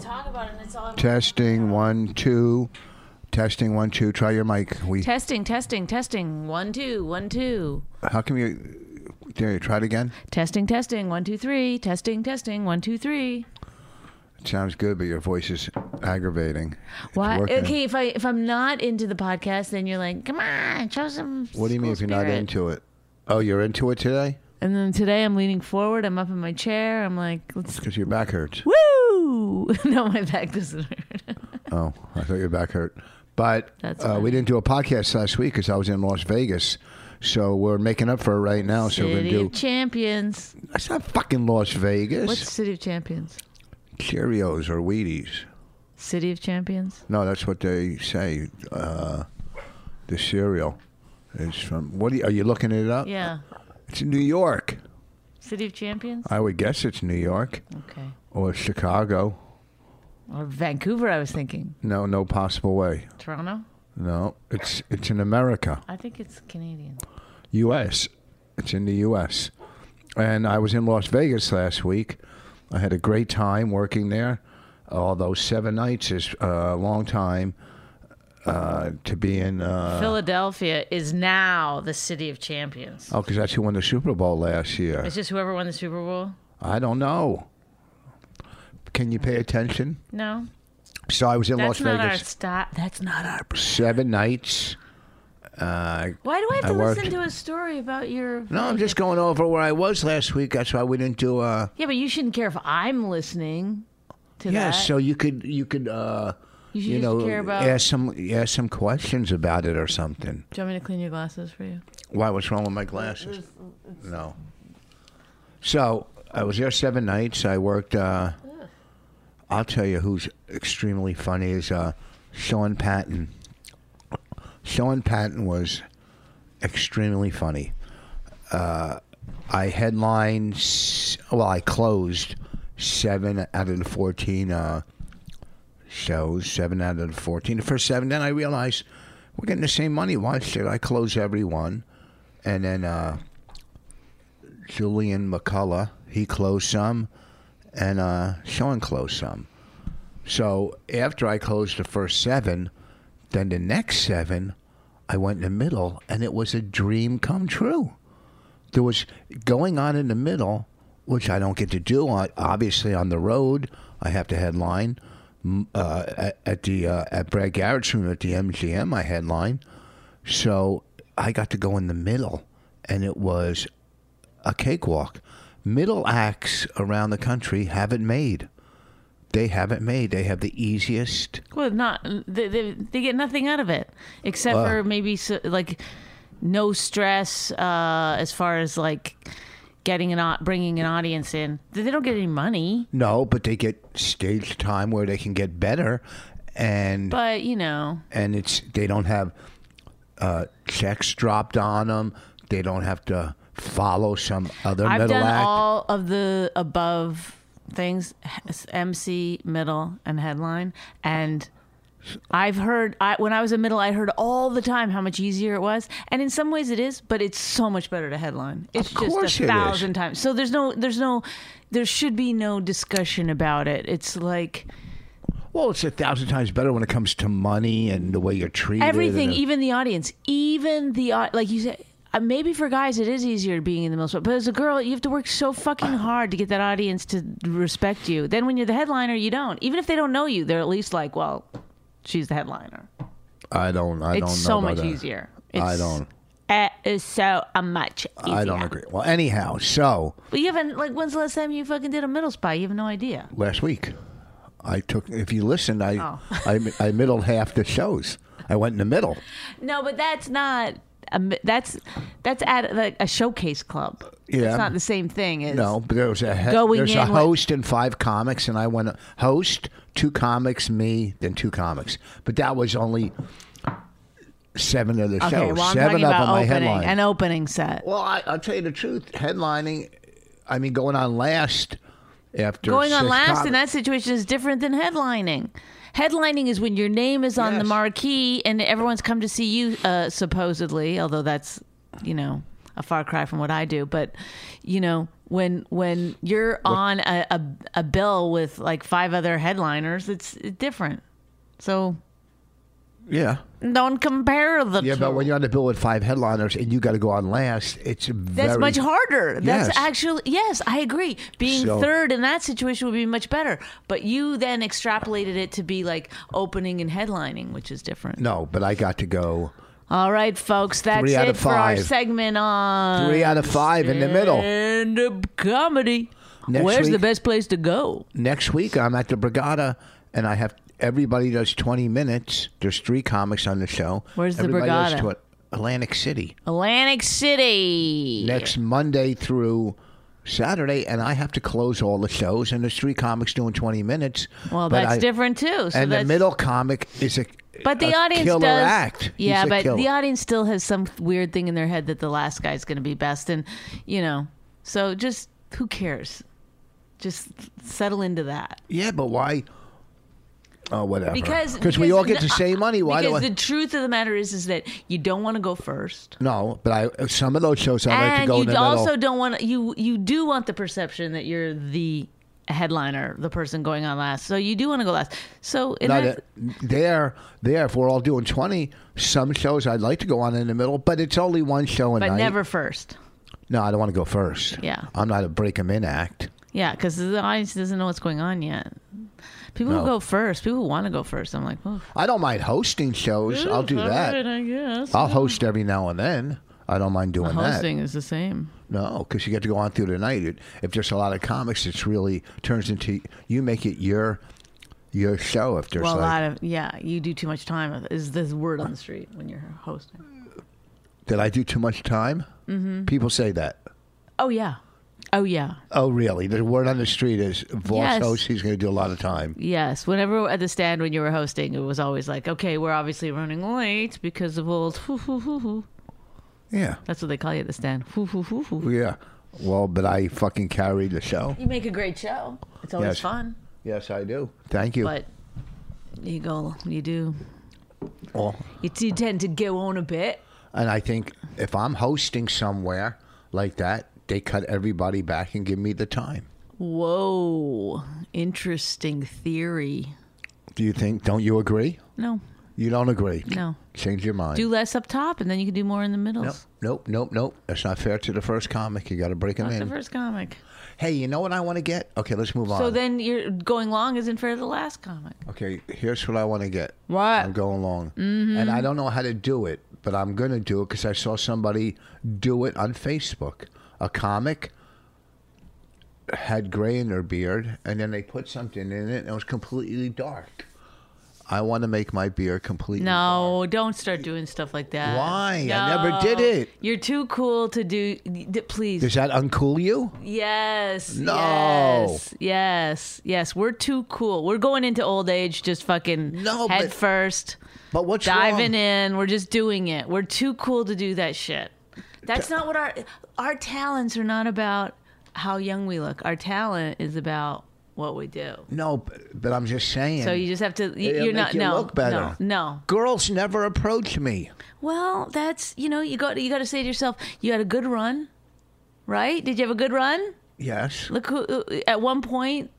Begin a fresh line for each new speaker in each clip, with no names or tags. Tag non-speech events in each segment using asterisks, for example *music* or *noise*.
talk about it and it's all
Testing one, two. Testing one, two. Try your mic. We.
testing testing testing one two one two
How come you? There, try it again.
testing testing one two three testing testing one two three
It sounds good, but your voice is aggravating. It's
why
working.
okay if i if i'm not into the podcast then you're like come on show some
What do you mean if
school
you're not
spirit."
into it? Oh, you're into it today?
and then today i'm leaning forward i'm up in my chair i'm like let's
Because your back hurts.
woo *laughs* no my back doesn't hurt
Oh, I thought your back hurt. But
That's
uh, we
funny.
didn't do a podcast last week because I was in Las Vegas. So we're making up for it right now. So we're
city
going to do.
of champions
That's not fucking Las Vegas.
what's city of champions
Cheerios or Wheaties?
city of champions
No, that's what they say. Uh, the cereal is from. What are you, are you looking it up?
yeah
It's in New York.
city of champions
I would guess it's New York
okay
or Chicago.
or vancouver i was thinking
No, no possible way.
toronto
No, it's it's in America,
i think it's canadian
U.S. It's in the U.S. And I was in Las Vegas last week. I had a great time working there. Although seven nights is uh, a long time uh, to be in. Uh,
Philadelphia is now the city of champions.
Oh, because that's who won the Super Bowl last year.
It's just whoever won the Super Bowl.
I don't know. Can you pay attention?
No,
So I was in Las
that's not our
Vegas
stop. That's not our.
seven nights. Uh,
Why do I have
I
to
worked.
listen to a story about your?
no, I'm just going over where I was last week. That's why we didn't do. Uh,
Yeah, but you shouldn't care if I'm listening to
yeah,
that.
so you could you could uh,
you should
you
just
know
care about.
ask some ask some questions about it or something.
Do you want me to clean your glasses for you?
Why? What's wrong with my glasses? No. So I was there seven nights. I worked. Uh, I'll tell you who's extremely funny is uh, Sean Patton. Sean Patton was extremely funny. Uh, I headlined. s- Well, I closed seven out of the fourteen uh, shows. Seven out of the fourteen. The first seven. Then I realized we're getting the same money. Why should I close every one? And then uh, Julian McCullough, he closed some, and uh, Sean closed some. So after I closed the first seven, then the next seven, I went in the middle, and it was a dream come true. There was going on in the middle, which I don't get to do. I, obviously, on the road, I have to headline. M- Uh, at, at the uh, at Brad Garrett's room at the MGM, I headline. So I got to go in the middle, and it was a cakewalk. Middle acts around the country haven't made. They haven't made. They have the easiest.
Well, not they. They, they get nothing out of it except
Wow.
for maybe so, like no stress uh, as far as like getting an au- bringing an audience in. They don't get any money,
No, but they get stage time where they can get better, and
but you know.
and it's they don't have uh, checks dropped on them. They don't have to follow some other
I've
middle
done
act.
all of the above things h- MC, middle, and headline. And I've heard, I, when I was a middle, I heard all the time how much easier it was. And in some ways it is, but it's so much better to headline. It's
course
just
it
a
is.
thousand times. So there's no, there's no, there should be no discussion about it. It's like
well, it's a thousand times better when it comes to money and the way you're treated.
everything,
and-
even the audience, even the au- like you said. uh, Maybe for guys it is easier being in the middle spot, but as a girl you have to work so fucking hard to get that audience to respect you. Then when you're the headliner, you don't. Even if they don't know you, they're at least like, well, she's the headliner.
I don't. I don't know.
It's so
about
much
that.
easier. It's
I don't.
It is so uh, much easier.
I don't agree. Well, anyhow, so
But you haven't like when's the last time you fucking did a middle spy? You have no idea.
last week, I took. If you listened, I
Oh.
*laughs* I I middled half the shows. I went in the middle.
No, but that's not. A, mi- that's that's at like a showcase club.
Yeah.
it's not the same thing as
No, but there was a he-
Going
there's a
in what-
host and five comics, and I went host two comics, me then two comics. But that was only seven of the
Okay,
shows.
well, I'm
seven
talking
of
about
them I
opening
headlined.
an opening set.
well, I, I'll tell you the truth. Headlining, I mean, going on last after
Going on
six
last
comics-
in that situation is different than headlining. Headlining is when your name is on the
Yes.
marquee and everyone's come to see you, uh, supposedly. Although that's, you know, a far cry from what I do. But, you know, when when you're on a, a a bill with like five other headliners, it's different. So
Yeah.
don't compare the
Yeah,
two.
but when you're on the bill with five headliners and you got to go on last, it's
That's
very,
much harder. That's
Yes.
actually yes, I agree. Being
So-
third in that situation would be much better. But you then extrapolated it to be like opening and headlining, which is different.
No, but I got to go
All right, folks, that's
Three out
it
of
for our
five.
segment on
three out of five in the middle.
stand up comedy.
Next
Where's the
week-
best place to go?
next week I'm at the Brigada and I have everybody does 20 minutes. There's three comics on the show.
Where's the
Everybody does
Brigada?
tw- Atlantic City.
Atlantic City.
Next Monday through Saturday and I have to close all the shows and there's three comics doing 20 minutes.
Well,
But
that's
I-
different too. So
and the
that's,
middle comic is a
But the
a
audience
killer
does.
act. He's
Yeah,
a
but the
killer.
audience still has some weird thing in their head that the last guy's going to be best, and you know, so just who cares? Just settle into that
Yeah, but why Oh, whatever.
because
we all get
the-
the same money. Why do
because
I?
the truth of the matter is is that you don't want to go first,
no, but I some of those shows I like to
and
go in
you
the middle.
also don't want you you do want the perception that you're the headliner, the person going on last. So you do want to go last. So in
No,
that,
that, there, there. If we're all doing twenty, some shows I'd like to go on in the middle, but it's only one show a
but
night.
never first.
No, I don't want to go first.
Yeah.
I'm not a break 'em in act.
Yeah, because the audience doesn't know what's going on yet. People
No.
who go first, people who want to go first, I'm like, oh,
I don't mind hosting shows. I'll do
Right,
that.
I guess.
I'll host every now and then. I don't mind doing
Hosting is the same.
that. No, because you get to go on through the night. It, if there's a lot of comics, it's really turns into you make it your your show. If there's
Well, a
like,
lot of yeah, you do too much time. with- Is this word on the street when you're hosting?
did I do too much time? Mm-hmm. People say that.
Oh yeah, oh yeah,
Oh, really? The word on the street is Voss
Yes.
hosts. He's going to do a lot of time.
yes. Whenever at the stand when you were hosting, it was always like, okay, we're obviously running late because of old. hoo, hoo, hoo, hoo.
Yeah.
That's what they call you at the stand. Hoo, hoo, hoo, hoo.
Yeah. Well, but I fucking carry the show.
You make a great show. It's always
Yes.
fun,
Yes, I do. Thank you.
but you go, you do,
Well,
you, you tend to go on a bit.
Oh, and I think if I'm hosting somewhere like that, they cut everybody back and give me the time.
Whoa, interesting theory.
Do you think? Don't you agree?
No,
You don't agree?
No.
Change your mind.
do less up top, and then you can do more in the middles.
nope, nope, nope, nope. That's not fair to the first comic. You got to break them
That's
in.
the first comic.
hey, you know what I want to get? Okay, let's move on.
So then you're going long isn't fair to the last comic.
Okay, here's what I want to get.
What? Mm-hmm.
I'm going along. And I don't know how to do it, but I'm going to do it because I saw somebody do it on Facebook. A comic had gray in their beard, and then they put something in it, and it was completely dark. I want to make my beard completely dark.
No, don't start doing stuff like that.
Why?
No.
I never did it.
You're too cool to do. d- Please.
Does that uncool you?
yes.
No.
Yes. Yes. Yes. We're too cool. We're going into old age just fucking
No,
head
but-
first.
But what's
diving
wrong?
in. We're just doing it. We're too cool to do that shit. That's not what our our talents are not about how young we look. Our talent is about what we do.
No, but, but I'm just saying.
So you just have to. You,
It'll make
you're not.
you
no.
look better.
No. No.
Girls never approach me.
Well, that's you know you got you got to say to yourself, you had a good run, right? Did you have a good run?
Yes.
Look who uh, at one point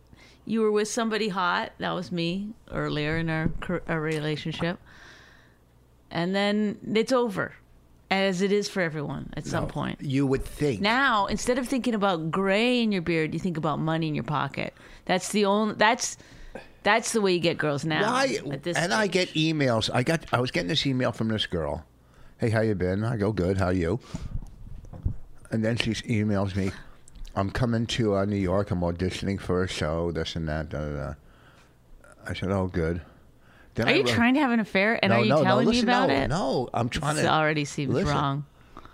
you were with somebody hot. That was me earlier in our car- our relationship, and then it's over, as it is for everyone at some point.
You would think.
Now, instead of thinking about gray in your beard, you think about money in your pocket. That's the only. That's that's the way you get girls now.
Why?
at this
and I
stage.
get emails. I got. I was getting this email from this girl. hey, how you been? I go, good. How you? And then she emails me, I'm coming to uh, New York. I'm auditioning for a show, this and that. Da, da, da. I said, oh, good. Then
Are
I
you
wrote-
trying to have an affair? And
no,
are you
no,
telling
no,
me
listen,
about
no,
it?
No, I'm trying
This
to.
already seems
listen.
wrong.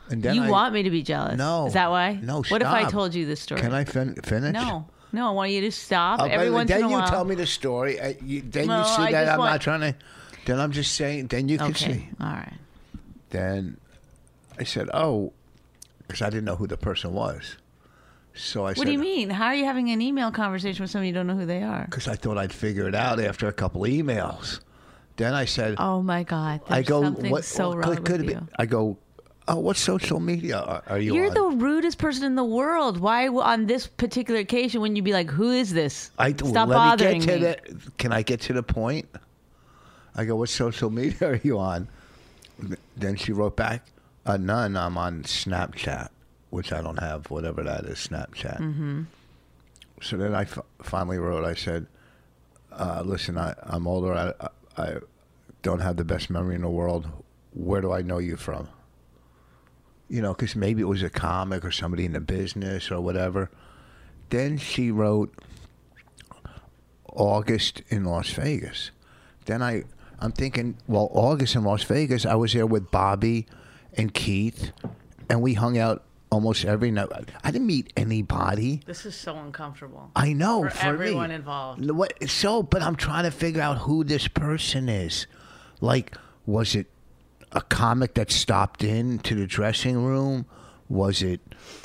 And then
you
I-
want me to be jealous?
No.
Is that why?
No,
What if I
stop.
told you this story?
Can I fin- finish?
*laughs* No, no. I want you to stop
Oh, but
every once
then
in a
you
while.
tell me the story. I, you, then
No,
you see
I
that
just
I'm
want-
not trying to. Then I'm just saying. Then you can
Okay.
see.
All right.
Then I said, "Oh," because I didn't know who the person was. So I said,
What do you mean? How are you having an email conversation with someone you don't know who they are?
Because I thought I'd figure it out after a couple emails. Then I said,
Oh my God! There's
"I go,
something
what
so
what
wrong
could, could
with
it
you.
be?" I go, "Oh, what social media are, are you
You're
on?"
the rudest person in the world. Why, w- on this particular occasion, wouldn't you be like, "Who is this?
I
Stop
let
bothering
me get to
me."
The, can I get to the point? I go, what social media are you on? Then she wrote back, uh, none. I'm on Snapchat, which I don't have. Whatever that is, Snapchat. Mm-hmm. So then I f- finally wrote. I said, uh, listen, I, I'm older. I, I I don't have the best memory in the world. Where do I know you from? You know, because maybe it was a comic or somebody in the business or whatever. Then she wrote, August in Las Vegas. Then I, I'm thinking, well, August in Las Vegas, I was there with Bobby and Keith, and we hung out almost every night. I didn't meet anybody.
This is so uncomfortable.
I know
For
for,
everyone
me.
involved.
No, What? So, but I'm trying to figure out who this person is. Like, was it a comic that stopped in to the dressing room? Was it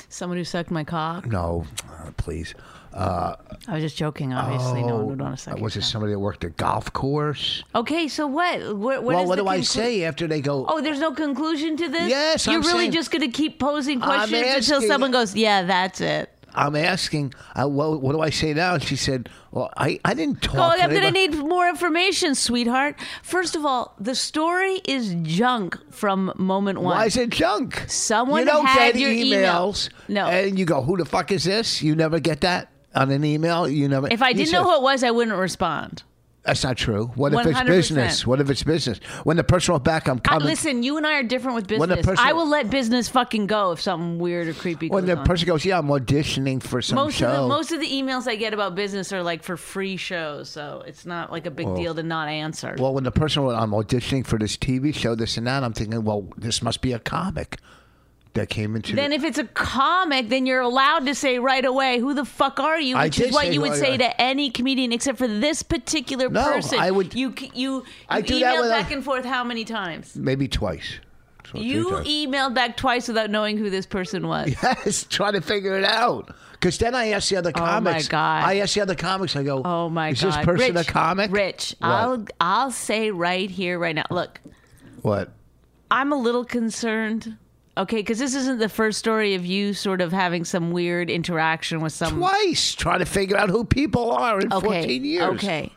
Someone who sucked my cock.
no? uh, please. Uh,
I was just joking. Obviously, no
Oh,
one would want to suck.
was it
your cock.
somebody that worked a golf course?
Okay, so what? What, what
well,
is
what
the
do I
conclu-
say after they go?
Oh, there's no conclusion to this.
Yes,
you're
I'm
really
saying-
just going to keep posing
I'm
questions until
asking-
someone goes, "Yeah, that's it."
I'm asking, uh, what, what do I say now? And she said, well, I, I didn't talk.
Oh,
to
I'm going to
anybody."
need more information, sweetheart. First of all, the story is junk from moment one.
Why is it junk?
Someone
you don't
had
get
your email.
emails.
No.
and you go, who the fuck is this? You never get that on an email. You never.
if I
You
didn't
said,
know who it was, I wouldn't respond.
that's not true. What if it's
100%.
business? What if it's business? When the person wrote back, I'm
I-
coming.
listen, you and I are different with
When the
business.
person-
I will let business fucking go if something weird or creepy
when
goes
the
on.
person goes, yeah, I'm auditioning for some
most
show.
of the most of the emails I get about business are like for free shows, so it's not like a big deal to not answer.
well, when the person wrote, I'm auditioning for this TV show, this and that, I'm thinking, well, this must be a comic that came into.
then
the,
if it's a comic, then you're allowed to say right away, "Who the fuck are you?"
I
Which
did
is what
say
you
who
would
I-
say to any comedian, except for this particular
No,
person.
I would-
You c- you, you
I do that
emailed
with a-
back and forth how many times?
maybe twice. So three
You
times.
emailed back twice without knowing who this person was.
*laughs* Yes, trying to figure it out. Because then I asked the other
Oh my
comics.
God.
I asked the other comics. I go,
Oh my
is
god!
this person
Rich,
a comic?
Rich,
What?
I'll I'll say right here, right now. Look,
what?
I'm a little concerned. Okay, because this isn't the first story of you sort of having some weird interaction with someone.
Twice trying to figure out who people are in
Okay,
14 years.
okay.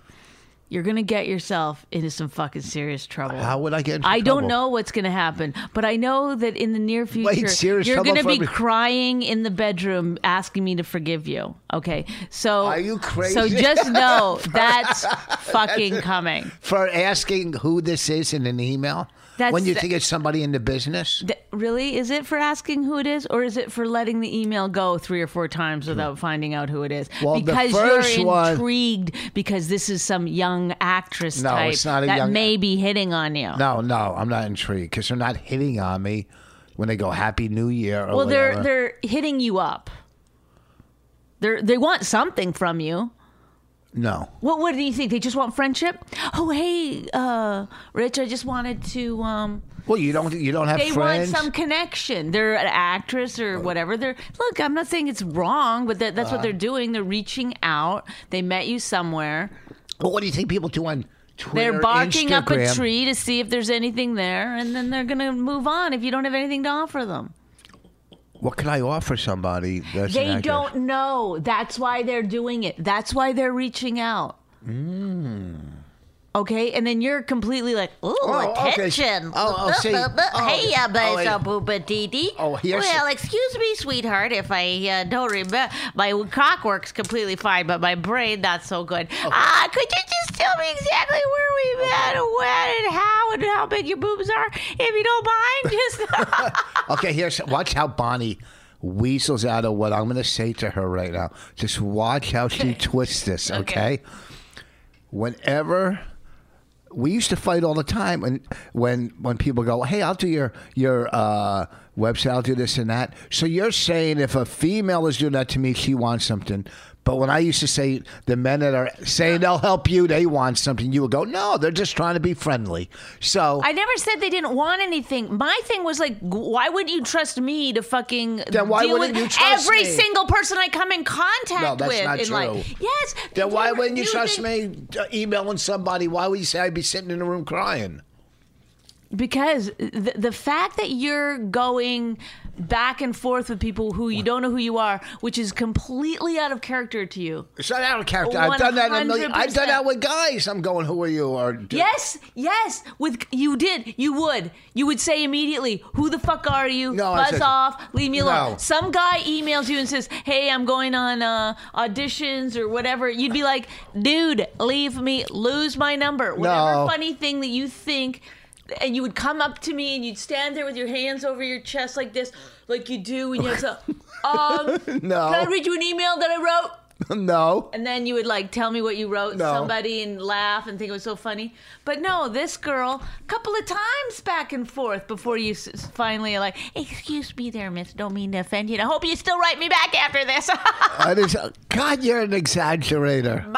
You're gonna get yourself into some fucking serious trouble.
How would I get? Into
I don't
trouble?
know what's going to happen, but I know that in the near future,
serious
you're
trouble
going to
for
be
every-
crying in the bedroom asking me to forgive you. Okay, so
Are you crazy?
So
*laughs*
just know that's fucking coming.
For asking who this is in an email,
That's-
when you think it's somebody in the business,
Th- really, is it for asking who it is, or is it for letting the email go three or four times without finding out who it is?
Hmm. Well, the
because
first
you're
one-
intrigued because this is some young actress
No,
type
it's not a
that
young-
may be hitting on you.
no, no, I'm not intrigued because they're not hitting on me when they go Happy New Year. Or
Well, they're
whatever.
they're hitting you up. They they want something from you.
no.
What what do you think? They just want friendship? Oh hey, uh, Rich, I just wanted to. Um,
Well, you don't. You don't have
they
friends.
want some connection. They're an actress or whatever. They're look. I'm not saying it's wrong, but that,
Uh-huh.
that's what they're doing. They're reaching out. They met you somewhere.
Well, what do you think people do on Twitter?
They're barking up a
Instagram?
tree to see if there's anything there, and then they're gonna move on if you don't have anything to offer them.
What can I offer somebody? That's an
They
actress?
don't
Hmm.
know. That's why they're doing it. That's why they're reaching out. Okay, and then you're completely like, ooh,
okay.
attention.
Oh,
*laughs*
oh, see.
Buh, buh, buh.
Oh,
hey, uh,
oh,
but
yeah.
booba dee dee.
Oh, here's-
Well, excuse me, sweetheart, if I uh, don't remember. My cock works completely fine, but my brain not so good.
Oh.
Ah, could you just tell me exactly where we met, and when, and how, and how big your boobs are, if you don't
*laughs*
mind? Just *laughs*
Okay, here's watch how Bonnie weasels out of what I'm going to say to her right now. Just watch how she twists this, okay?
Okay.
Whenever we used to fight all the time, and when when people go, "Hey, I'll do your your uh, website, I'll do this and that." So you're saying if a female is doing that to me, she wants something. But when I used to say the men that are saying they'll help you, they want something, you would go, "No, they're just trying to be friendly." So
I never said they didn't want anything. My thing was like, why wouldn't you trust me to fucking
Then why
deal
wouldn't
with
you trust me?
every single person I come in contact
No, that's
with
not
in life?
true.
Yes.
Then why
you're-
wouldn't you trust
think-
me uh, emailing somebody? Why would you say I'd be sitting in a room crying?
Because the, the fact that you're going back and forth with people who you don't know who you are, which is completely out of character to you.
It's not out of character. I've done that. A million, I've done that with guys. I'm going, who are you? Or do-
Yes, yes. With you did, you would, you would say immediately, "Who the fuck are you?
No, I
Buzz
said-
off, leave me alone."
No.
Some guy emails you and says, "Hey, I'm going on uh, auditions or whatever." You'd be like, "Dude, leave me, lose my number." Whatever
No.
funny thing that you think. And you would come up to me and you'd stand there with your hands over your chest like this, like you do when you
*laughs*
have to, um,
*laughs* No.
can I read you an email that I wrote?
*laughs* no.
And then you would like tell me what you wrote
No.
somebody and laugh and think it was so funny. But no, this girl, couple of times back and forth before you s- s- finally are like, excuse me there, miss, don't mean to offend you. And I hope you still write me back after this. *laughs*
I just- God, you're an exaggerator. *laughs*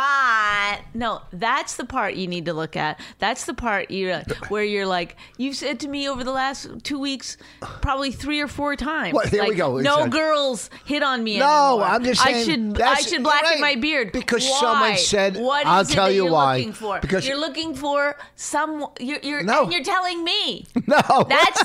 But no, that's the part you need to look at. That's the part you uh,
*laughs*
where you're like, you've said to me over the last two weeks, probably three or four times.
Well, here we
like,
go.
No
Exactly.
girls hit on me.
No,
anymore.
I'm just saying.
I should I
that's-
should blacken
you're
my
right.
beard
because
Why?
someone said.
What
I'll
is it
tell
that
you
you're
why.
Looking for?
Because
you're looking for some. You're, you're
No.
and you're telling me.
*laughs* no.
That's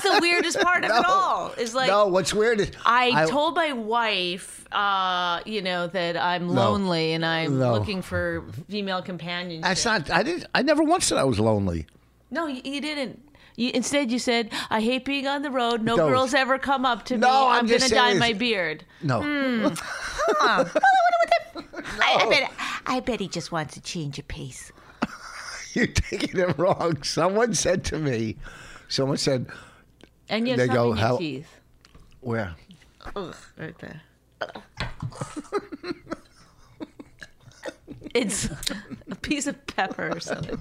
*laughs*
the weirdest part of
No.
it all. Is like
no. What's weird is
I, told my wife, uh, you know, that I'm lonely and I'm
No.
looking for female companionship.
That's not. I didn't. I never once said I was lonely.
no, you, you didn't. You, instead, you said, "I hate being on the road. No
Don't.
girls ever come up to me.
No, I'm
gonna
just
dye
serious.
my beard."
No.
Hmm. I, I bet. I bet he just wants to change of pace.
*laughs* You're taking it wrong. Someone said to me. Someone said,
And you have
They
something
go,
in your
"How-
teeth.
"Where?"
Ugh,
*laughs*
right there. it's a piece of pepper or something.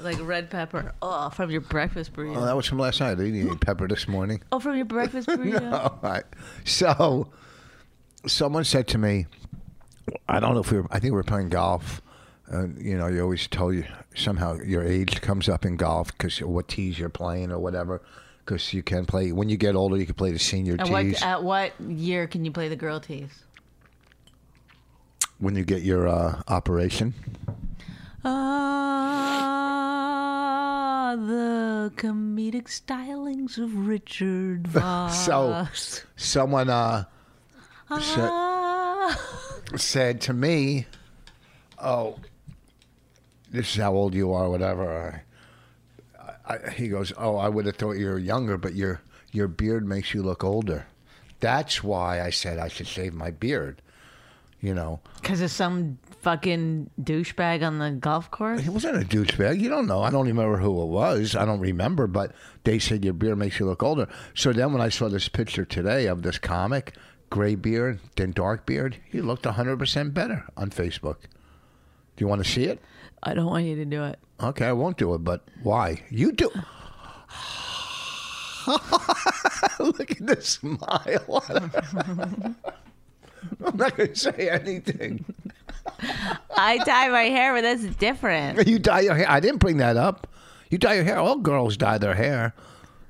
Like red pepper. Oh, from your breakfast burrito.
Oh, that was from last night. I didn't eat any pepper this morning.
Oh, from your breakfast
*laughs*
burrito.
All right. So, someone said to me, I don't know if we were, I think we were playing golf. And, you know, you always tell you somehow your age comes up in golf because what tees you're playing or whatever. Because you can play, when you get older, you can play the senior
At
tees.
what, at what year can you play the girl tees?
when you get your uh, operation.
Ah, the comedic stylings of Richard Voss.
So, someone uh, said,
Ah.
said to me, "Oh, this is how old you are, whatever." I, I, he goes, "Oh, I would have thought you were younger, but your your beard makes you look older." That's why I said I should shave my beard. You know,
Because of some fucking douchebag on the golf course?
he wasn't a douchebag. You don't know. I don't remember who it was. I don't remember, but they said your beard makes you look older. So then when I saw this picture today of this comic, gray beard, then dark beard, he looked 100% better on Facebook. Do you want to see it?
I don't want you to do it.
Okay, I won't do it, but why? You do. *laughs* Look at the smile. *laughs* I'm not going to say anything.
I dye my hair, but that's different.
*laughs* You dye your hair. I didn't bring that up. You dye your hair. All girls dye their hair.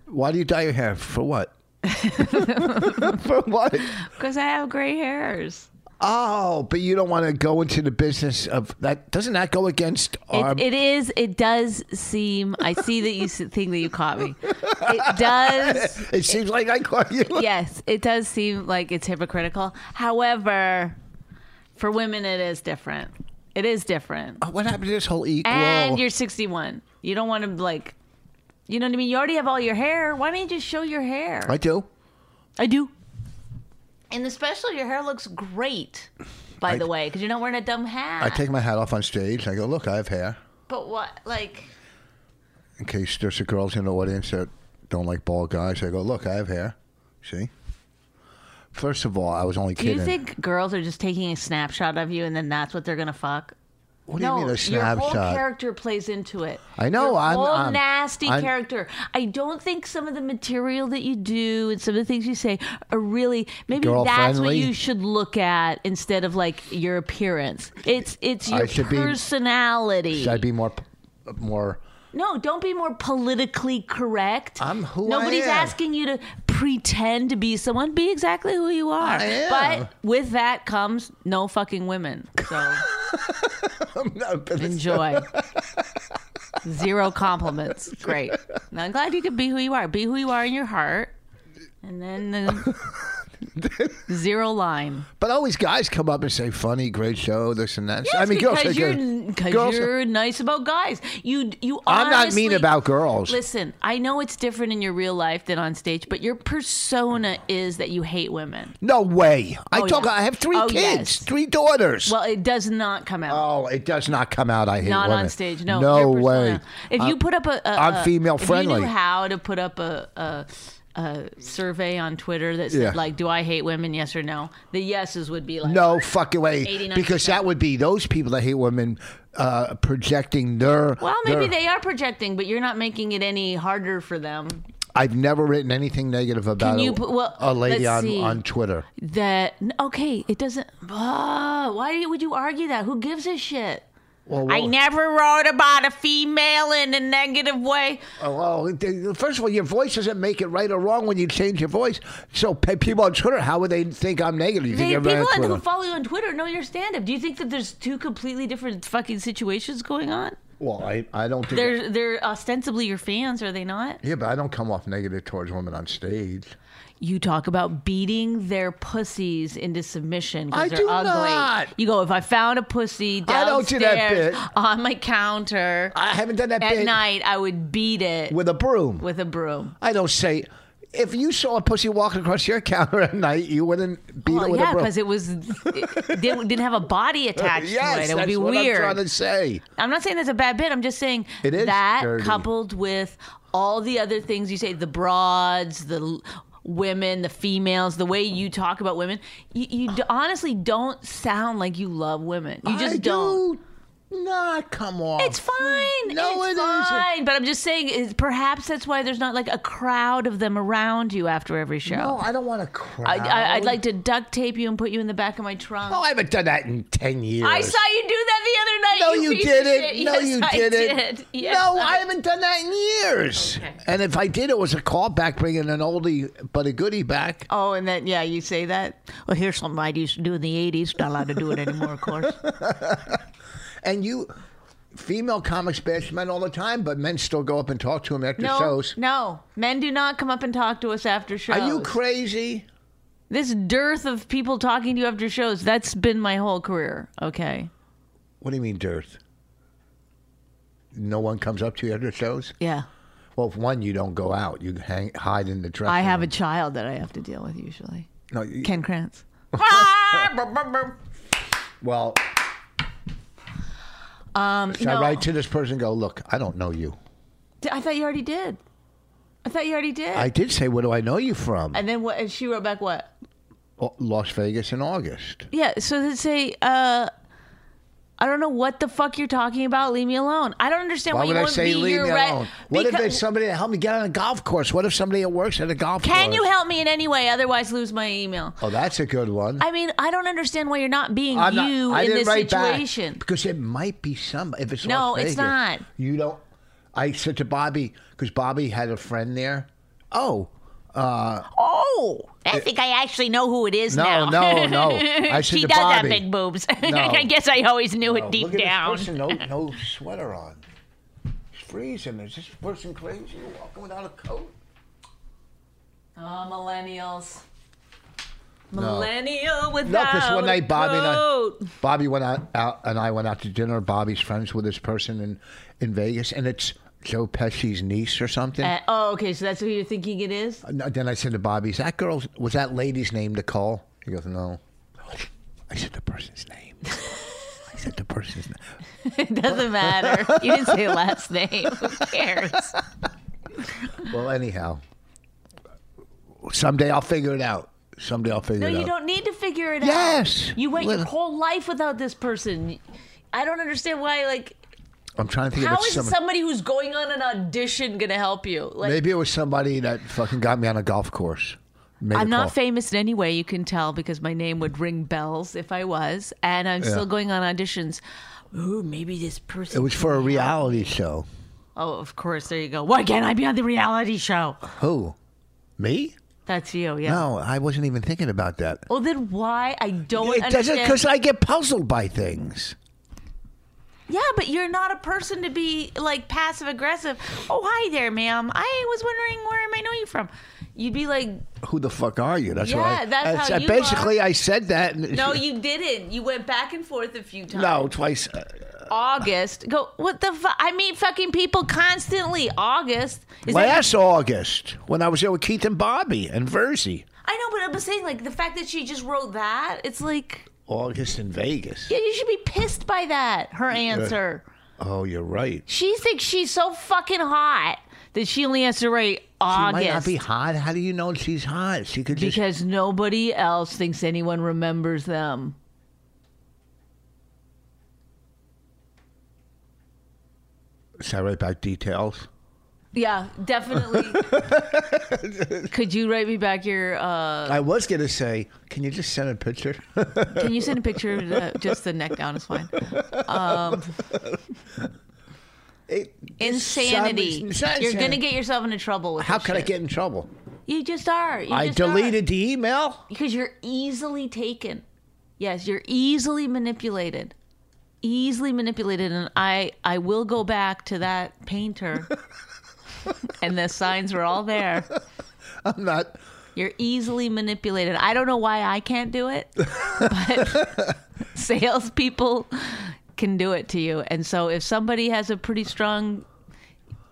Why do you dye your hair? For what? *laughs* For what?
Because I have gray hairs.
Oh, but you don't want to go into the business of that. Doesn't that go against our.
It, it is. It does seem. I see that you s- think that you caught me.
*laughs*
It does.
it seems like I caught you.
Yes, it does seem like it's hypocritical. However, for women, it is different. It is different.
Uh, What happened to this whole equal?
And you're 61. You don't want to like, you know what I mean. You already have all your hair. Why don't you just show your hair?
I do.
I do. And especially your hair looks great, by
I-
the way, because you're not wearing a dumb hat.
I take my hat off on stage. I go, look, I have hair.
But what, like,
In case there's a girls in the audience that don't like bald guys, I go, look, I have hair. See? First of all, I was only
do
kidding.
you think girls are just taking a snapshot of you and then that's what they're gonna fuck?
what do
no,
you mean a
your whole
snapshot?
character plays into it.
I know,
Your
I'm-
whole
I'm-
nasty
I'm-
character. I don't think some of the material that you do and some of the things you say are really maybe
Girl
that's what
friendly?
you should look at instead of like your appearance. It's it's
I
your
should be-
personality.
Should I be more, p- more?
No, don't be more politically correct.
I'm who I
Nobody's
am.
asking you to pretend to be someone. Be exactly who you are.
I am.
But with that comes no fucking women.
*laughs*
So enjoy. Zero compliments. Great. Now I'm glad you could be who you are. Be who you are in your heart. And then the
*laughs*
zero line.
But always guys come up and say, "Funny, great show, this and that."
Yes,
I mean, girls.
because
say
you're
good-
because
girls-
you're nice about guys. You you.
I'm not mean
honestly-
about girls.
Listen, I know it's different in your real life than on stage, but your persona is that you hate women.
No way. I
Oh,
talk.
yeah.
I have three
Oh,
kids,
yes.
three daughters.
Well, it does not come out.
oh, it does not come out. I hate
not
women.
on stage. No,
no
your persona.
way. Uh,
If you
I'm-
put up a, a
I'm
a-
female
If you
friendly.
knew how to put up a. a a survey on Twitter that said,
Yeah.
like, do I hate women? Yes or no? The yeses would be like,
No fucking way.
89%.
Because that would be those people that hate women uh, projecting their.
Well, maybe
their-
they are projecting, but you're not making it any harder for them.
I've never written anything negative about
you
a,
put- well,
a lady
let's
on,
see.
on Twitter.
That okay? It doesn't. Ah, why would you argue that? Who gives a shit?
Well,
I
well-
never wrote about a female in a negative way.
Oh, well, they- first of all, your voice doesn't make it right or wrong when you change your voice. So pe- people on Twitter, how would they think I'm negative? You
They,
think I'm
people
on
who
Twitter?
follow you on Twitter know your stand up. Do you think that there's two completely different fucking situations going on?
well, I, I don't think.
They're they're ostensibly your fans, are they not?
yeah, but I don't come off negative towards women on stage.
You talk about beating their pussies into submission
I
because they're
do
ugly.
not.
You go, if I found a pussy
I don't
downstairs
do that bit.
on my counter
I haven't done that
at
bit
night, I would beat it with,
with a broom.
a broom.
I don't say. If you saw a pussy walking across your counter at night, you wouldn't beat it
Well,
with
yeah,
a broom.
because it was it didn't, didn't have a
*laughs*
body attached
yes,
to it. It
that's
would be
what
weird.
I'm trying to say.
I'm not saying that's a bad bit. I'm just saying
It is
that
dirty.
coupled with all the other things you say, the broads, the l- women, the females, the way you talk about women, you, you d- honestly don't sound like you love women. You just
I
not
do not come off.
It's fine.
No,
it's
it isn't.
fine. But I'm just saying, is- perhaps that's why there's not like a crowd of them around you after every show.
No, I don't want to cry.
I, I, I'd like to duct tape you and put you in the back of my trunk.
Oh, I haven't done that in ten years.
I saw you do that the
No,
other night.
you,
piece of
didn't.
shit.
No,
Yes,
you
I
didn't.
did. Yes,
no,
I
I haven't done that in years.
Okay.
And if I did, it was a callback, bringing an oldie but a goodie back.
Oh, and then yeah, you say that. Well, here's something I used to do in the '80s. Not allowed to do it anymore, of course.
*laughs* And you, female comics bash men all the time, but men still go up and talk to them after
No,
shows.
no, men do not come up and talk to us after shows.
Are you crazy?
This dearth of people talking to you after shows—that's been my whole career. Okay,
What do you mean, dearth? No one comes up to you after shows.
yeah,
Well, if one, you don't go out. You hang, hide in the dressing.
I have a
room.
child that I have to deal with usually.
No, you-
Ken Krantz.
*laughs* Well,
*laughs* Um,
should I
no,
write to this person? and Go look. I don't know you.
I thought you already did. I thought you already did.
I did say, where do I know you from?
and then what? And she wrote back what?
O- Las Vegas in August.
Yeah, so they say, uh, I don't know what the fuck you're talking about. Leave me alone. I don't understand why,
Why
you
would I
won't
say
be
leave
your
me
re-
alone? What if
Because-
there's somebody to help me get on a golf course? What if somebody that works at a golf
Can
course?
you help me in any way? Otherwise, lose my email.
Oh, that's a good one.
I mean, I don't understand why you're not being
I'm not-
you
I
in
didn't
this
write back,
situation.
because it might be some. If it's
No,
Las
it's
Vegas,
not.
You don't. I said to Bobby because Bobby had a friend there. Oh. Uh,
Oh, I think I actually know who it is
No,
now.
no,
*laughs*
no. I said
she
to
does have
Bobby.
big boobs. *laughs*
No.
I guess I always knew
oh,
it deep
look at
down.
This person, no, no sweater on. It's freezing. Is this person crazy? Walking without a coat?
Oh, millennials. Uh, Millennial without
No, because one night Bobby and I,
coat.
Bobby went out, out and I went out to dinner. Bobby's friends with this person in, in Vegas, and it's Joe Pesci's niece or something.
Uh, oh, okay. So that's who you're thinking it is.
And uh, then I said to Bobby, "Is that girl? Was that lady's name Nicole?" He goes, "No." I said the person's name. I said the person's name.
It doesn't matter. you didn't say last name. Who cares?
Well, anyhow, someday I'll figure it out. Someday I'll figure
No,
it out.
you don't need to figure it out.
Yes.
You went your
Little-
whole life without this person. I don't understand why. Like,
I'm trying to think
how
of
is
someone.
somebody who's going on an audition gonna help you? Like,
Maybe it was somebody that fucking got me on a golf course. Made
I'm
a
not
call.
famous in any way, you can tell, because my name would ring bells if I was, and I'm still going on auditions. Ooh, maybe this person.
It was for a reality show.
oh, of course. There you go. Why can't I be on the reality show?
Who? Me?
That's you. Yeah.
No, I wasn't even thinking about that.
Well, then why? I don't
it doesn't
understand.
because I get puzzled by things.
Yeah, but you're not a person to be like passive aggressive. Oh, hi there, ma'am. I was wondering where am I know you from? You'd be like,
Who the fuck are you? That's what I.
Yeah, that's how
I-
you
basically I said that. and-
no, you didn't. You went back and forth a few times.
No, twice.
August. Go. What the? Fu- I meet fucking people constantly. August. Is that
Last August, when I was there with Keith and Bobby and Verzi.
I know, but I'm saying like the fact that she just wrote that, it's like
August in Vegas.
yeah, you should be pissed by that. Her answer.
Oh, you're right.
She thinks she's so fucking hot that she only has to write August
She might not be hot. How do you know she's hot? She could just.
because nobody else thinks anyone remembers them.
Is that right about details?
Yeah,
*laughs*
definitely. Could you write me back your? Uh,
I was gonna say, can you just send a picture? *laughs*
can you send a picture of the, just the neck down is fine.
It-
Insanity.
It's not
You're gonna
insanity.
get yourself into trouble with
How
this
could I
shit.
get in trouble?
You just are. You
I
just are.
deleted the email.
because you're easily taken. Yes, you're easily manipulated. Easily manipulated and I I will go back to that
*laughs*
painter. and the signs were all there.
I'm not.
You're easily manipulated. I don't know why I can't do it, but salespeople can do it to you. And so if somebody has a pretty strong,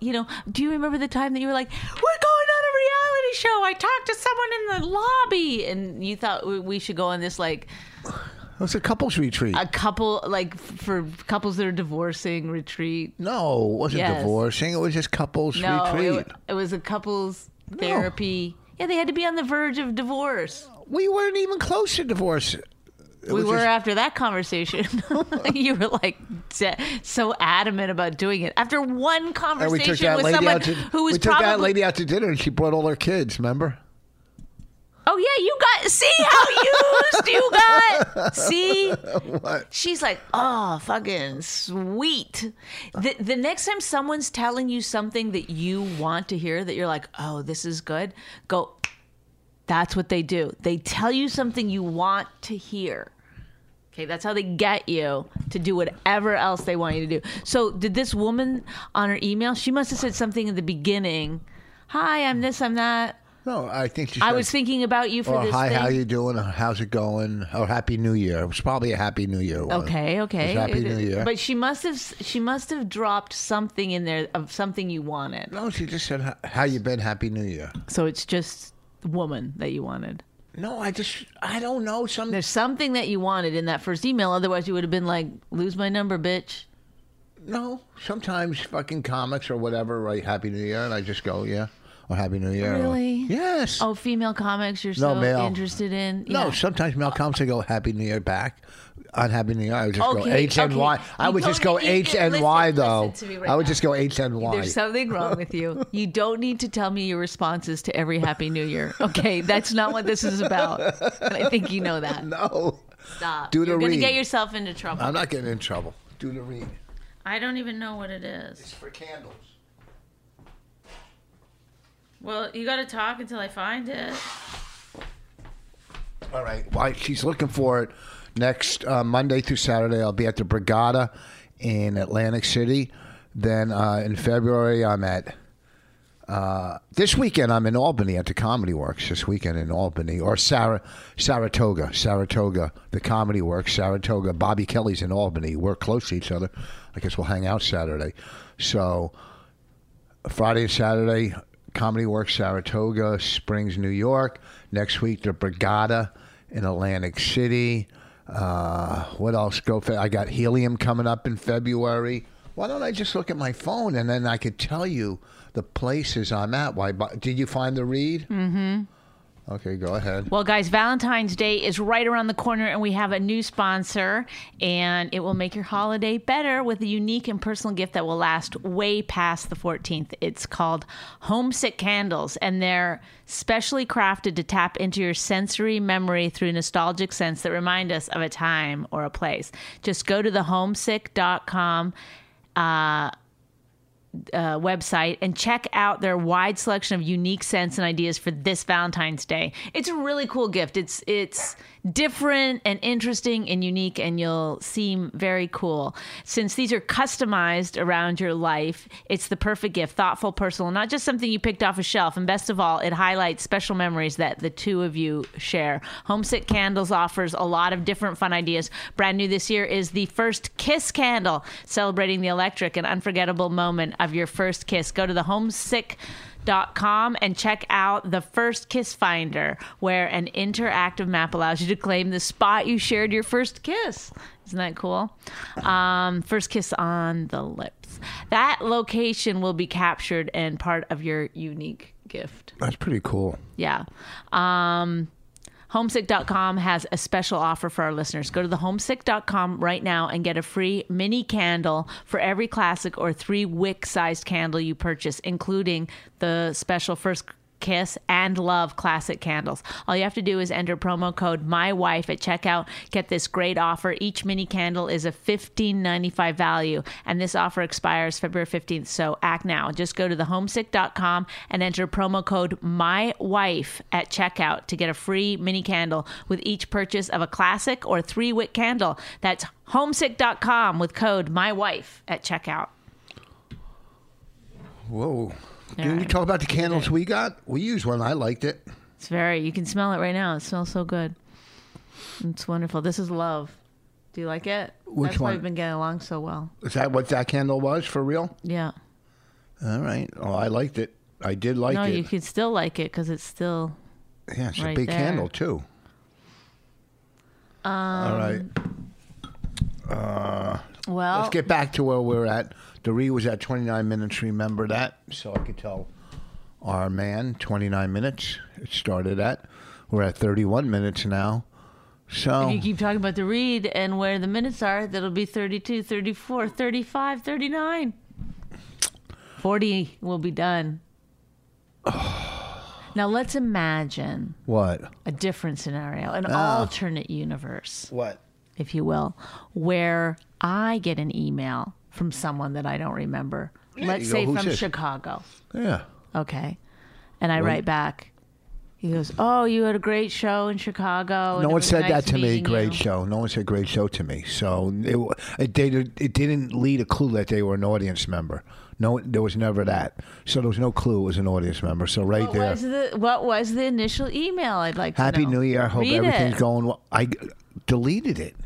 you know, do you remember the time that you were like, we're going on a reality show? I talked to someone in the lobby. And you thought we- we should go on this like
It was a couples retreat.
a couple, like f- for couples that are divorcing retreat.
no, it wasn't
Yes.
divorcing. It was just couples
No, it,
retreat.
wa- it was a couples therapy. Yeah, they had to be on the verge of divorce.
we weren't even close to divorce. It
we
was
were
just-
after
*laughs*
that conversation. *laughs* you were like de- so adamant about doing it after one
and we
conversation
took that
with
lady
someone
out to.
who was
we took
probably.
that lady out to dinner, and she brought all her kids. Remember?
Oh yeah, you got see how used you got. See, she's like, oh, fucking sweet. The the next time someone's telling you something that you want to hear, that you're like, oh, this is good. Go. That's what they do. They tell you something you want to hear. Okay, that's how they get you to do whatever else they want you to do. So, did this woman on her email? She must have said something in the beginning. Hi, I'm this, I'm that.
No, I think she.
I
said-
was thinking about you for
Or
this
Oh, hi,
thing.
how you doing? Or how's it going? Or happy New Year. It was probably a happy New Year. one.
Okay, okay.
It was happy New Year.
But she must have she must have dropped something in there of something you wanted.
no, she just said, "How- "How you been? Happy New Year."
So it's just the woman that you wanted.
No, I just I don't know. Some
There's something that you wanted in that first email. Otherwise, you would have been like, "Lose my number, bitch."
no. Sometimes fucking comics or whatever write Happy New Year, and I just go, "Yeah," or Happy New Year. or-
Really?
yes.
Oh, female comics, you're
No,
so
male.
interested in.
No,
Yeah.
sometimes Mel comes and go Happy New Year back. On Happy New Year, I would just go
Okay,
H N Y.
okay.
I
You
would just
don't
go
need to-
H N Y
listen-
though.
listen to me right
I would
now.
just go H N Y.
There's something wrong with you. You don't need to tell me your responses to every Happy New Year. Okay, that's not what this is about. And I think you know that.
*laughs* No,
Stop.
Do the
You're gonna
read.
get yourself into trouble.
I'm not getting in trouble. Do the read.
I don't even know what it is.
It's for candles.
Well, you got to talk until I find it.
All right. Well, she's looking for it next uh, Monday through Saturday. I'll be at the Brigada in Atlantic City. Then uh, in February, I'm at Uh, this weekend, I'm in Albany at the Comedy Works. This weekend in Albany or Sar- Saratoga, Saratoga, the Comedy Works, Saratoga. Bobby Kelly's in Albany. We're close to each other. I guess we'll hang out Saturday. So Friday and Saturday, Comedy Works Saratoga, Springs, New York. Next week, the Brigada in Atlantic City. Uh, what else? Go. Fe- I got Helium coming up in February. Why don't I just look at my phone and then I could tell you the places I'm at? Why? bu- Did you find the read? Mm-hmm. Okay, go ahead.
Well, guys, Valentine's Day is right around the corner, and we have a new sponsor, and it will make your holiday better with a unique and personal gift that will last way past the 14th. It's called Homesick Candles, and they're specially crafted to tap into your sensory memory through nostalgic scents that remind us of a time or a place. Just go to the homesick.com uh, website and check out their wide selection of unique scents and ideas for this Valentine's Day. It's a really cool gift. It's it's different and interesting and unique, and you'll seem very cool. Since these are customized around your life, it's the perfect gift, thoughtful, personal, not just something you picked off a shelf. And best of all, it highlights special memories that the two of you share. Homesick Candles offers a lot of different fun ideas. Brand new this year is the first kiss candle, celebrating the electric and unforgettable moment of your first kiss. Go to the homesick.com and check out the first kiss finder, where an interactive map allows you to claim the spot you shared your first kiss. Isn't that cool? Um, first kiss on the lips. That location will be captured and part of your unique gift.
That's pretty cool.
Yeah. Um, homesick.com has a special offer for our listeners. Go to the homesick.com right now and get a free mini candle for every classic or three wick sized candle you purchase, including the special first kiss and love classic candles. All you have to do is enter promo code MyWife at checkout. Get this great offer. Each mini candle is a $15.95 value, and this offer expires February 15th, so act now. Just go to thehomesick.com and enter promo code MyWife at checkout to get a free mini candle with each purchase of a classic or three wick candle. That's homesick.com with code MyWife at checkout.
Whoa. Can
Yeah.
we talk about the candles we got? We used one. I liked it.
It's very. You can smell it right now. It smells so good. It's wonderful. This is love. Do you like it?
Which
That's
one?
why we've been getting along so well.
Is that what that candle was for real?
Yeah.
All right. Oh, I liked it. I did like
no,
it.
you could still like it because it's still.
Yeah, it's a
right
big
there.
candle too.
Um,
All right,
Well,
let's get back to where we're at. The re was at 29 minutes. Remember that, so I could tell our man 29 minutes. It started at. We're at 31 minutes now. So
you keep talking about the read and where the minutes are. That'll be 32, 34, 35, 39. 40 will be done.
*sighs*
now let's imagine
what?
a different scenario, an
Ah.
alternate universe.
What?
if you will, where I get an email from someone that I don't remember. Let's
you go,
say
"Who's
from
this?"
Chicago.
Yeah.
Okay. And I write back. He goes, Oh, you had a great show in Chicago.
No
and Oh, it
one
was
said
nice
that to me.
meeting
Great
you."
show. No one said great show to me. So it w- it, did, it didn't lead a clue that they were an audience member. No, there was never that. So there was no clue it was an audience member. So right
What
there.
was, the, what was the initial email? I'd like to
Happy
know.
New Year. I hope
Read
everything's
it.
going well. I g- deleted it.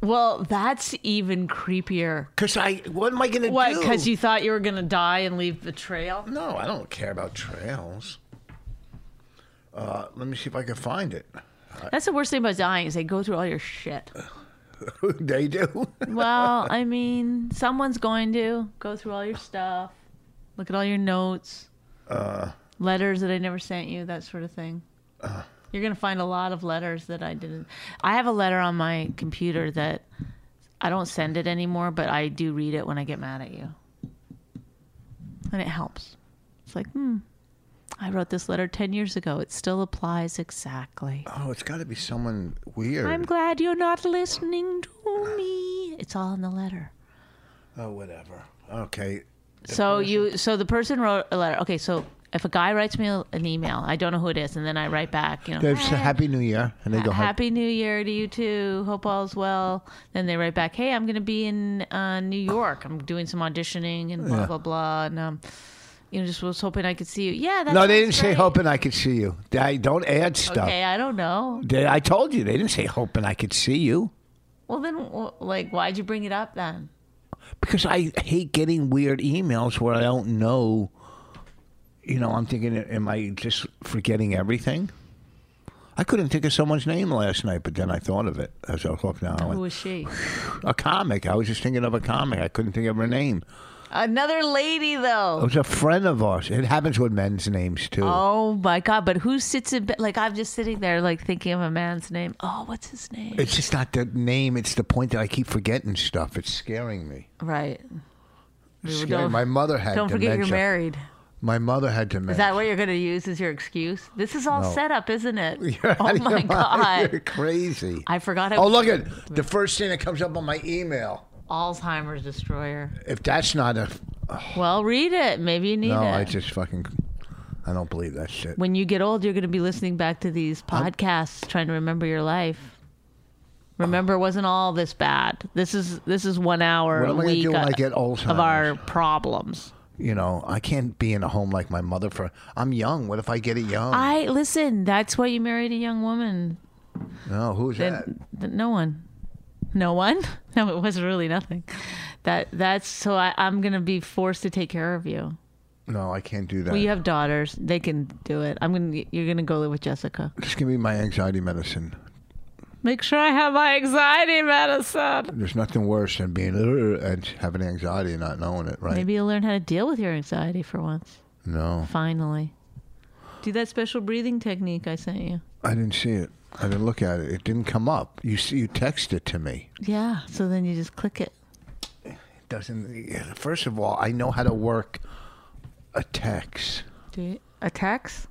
Well, that's even creepier.
Because I, what am I going to do?
What? Because you thought you were going to die and leave the trail?
No, I don't care about trails. Uh, let me see if I can find it. *laughs*
That's the worst thing about dying is they go through all your shit.
they do. *laughs*
Well, I mean, someone's going to go through all your stuff, look at all your notes, letters that I never sent you, that sort of thing. You're going to find a lot of letters that I didn't. I have a letter on my computer that I don't send it anymore, but I do read it when I get mad at you. And it helps. It's like, hmm, I wrote this letter 10 years ago. It still applies exactly.
oh, it's got to be someone weird.
I'm glad you're not listening to me. It's all in the letter.
oh, whatever. Okay.
So you so the person wrote a letter. Okay, so if a guy writes me a- an email, I don't know who it is, and then I write back, you know,
They say Happy New Year, and they go "Hi."
Happy New Year to you too. Hope all's well. Then they write back, Hey, I'm going to be in uh, New York. I'm doing some auditioning and blah
Yeah.
blah blah. And um, you know, just was hoping I could see you. Yeah, that's
No, they didn't say hoping I could see you. I don't add stuff.
Okay, I don't know.
They, I told you they didn't say hoping I could see you
Well, then, w- like, why'd you bring it up then?
because I hate getting weird emails where I don't know. You know, I'm thinking, am I just forgetting everything? I couldn't think of someone's name last night, but then I thought of it as I was walking down. I
Who
went,
was she?
a comic. I was just thinking of a comic. I couldn't think of her name.
Another lady,
It
though.
was a friend of ours. It happens with men's names too.
Oh my God! But who sits in bed? Like I'm just sitting there, like thinking of a man's name. Oh, what's his name?
It's just not the name. It's the point that I keep forgetting stuff. It's scaring me.
right. We were-
Scary.
don't-
My mother had
Don't forget
dementia.
you're married.
My mother had dementia.
Is that what you're going to use as your excuse? This is all
No.
set up,
*laughs*
isn't it?
You're out
oh
of your
my
mind. You're *laughs*
God.
crazy.
I forgot it
oh,
was
look at the first thing that comes up on my email.
Alzheimer's Destroyer.
If that's not a
Well, read it. Maybe you need
no,
it.
I just fucking I don't believe that shit.
when you get old, you're going to be listening back to these podcasts, trying to remember your life. Remember, it wasn't all this bad. This is this is one hour
What am I
a
gonna
week
do when I
uh,
get
of our
Alzheimer's?
problems.
You know, I can't be in a home like my mother for. I'm young. What if I get it young?
I listen. That's why you married a young woman.
no, who's that?
Then- then no one no one *laughs* no it was really nothing that that's so I, i'm gonna be forced to take care of you
No, I can't do that.
well you have daughters they can do it i'm gonna you're gonna go live with jessica
Just give me my anxiety medicine.
make sure i have my anxiety medicine
There's nothing worse than being *laughs* "Ugh," and having anxiety and not knowing it, right?
maybe you'll learn how to deal with your anxiety for once
No,
finally do that special breathing technique i sent you
I didn't see it. I didn't look at it. It didn't come up. You see, you texted it to me.
yeah so then you just click it
It doesn't. First of all, I know how to work a text.
do you, a text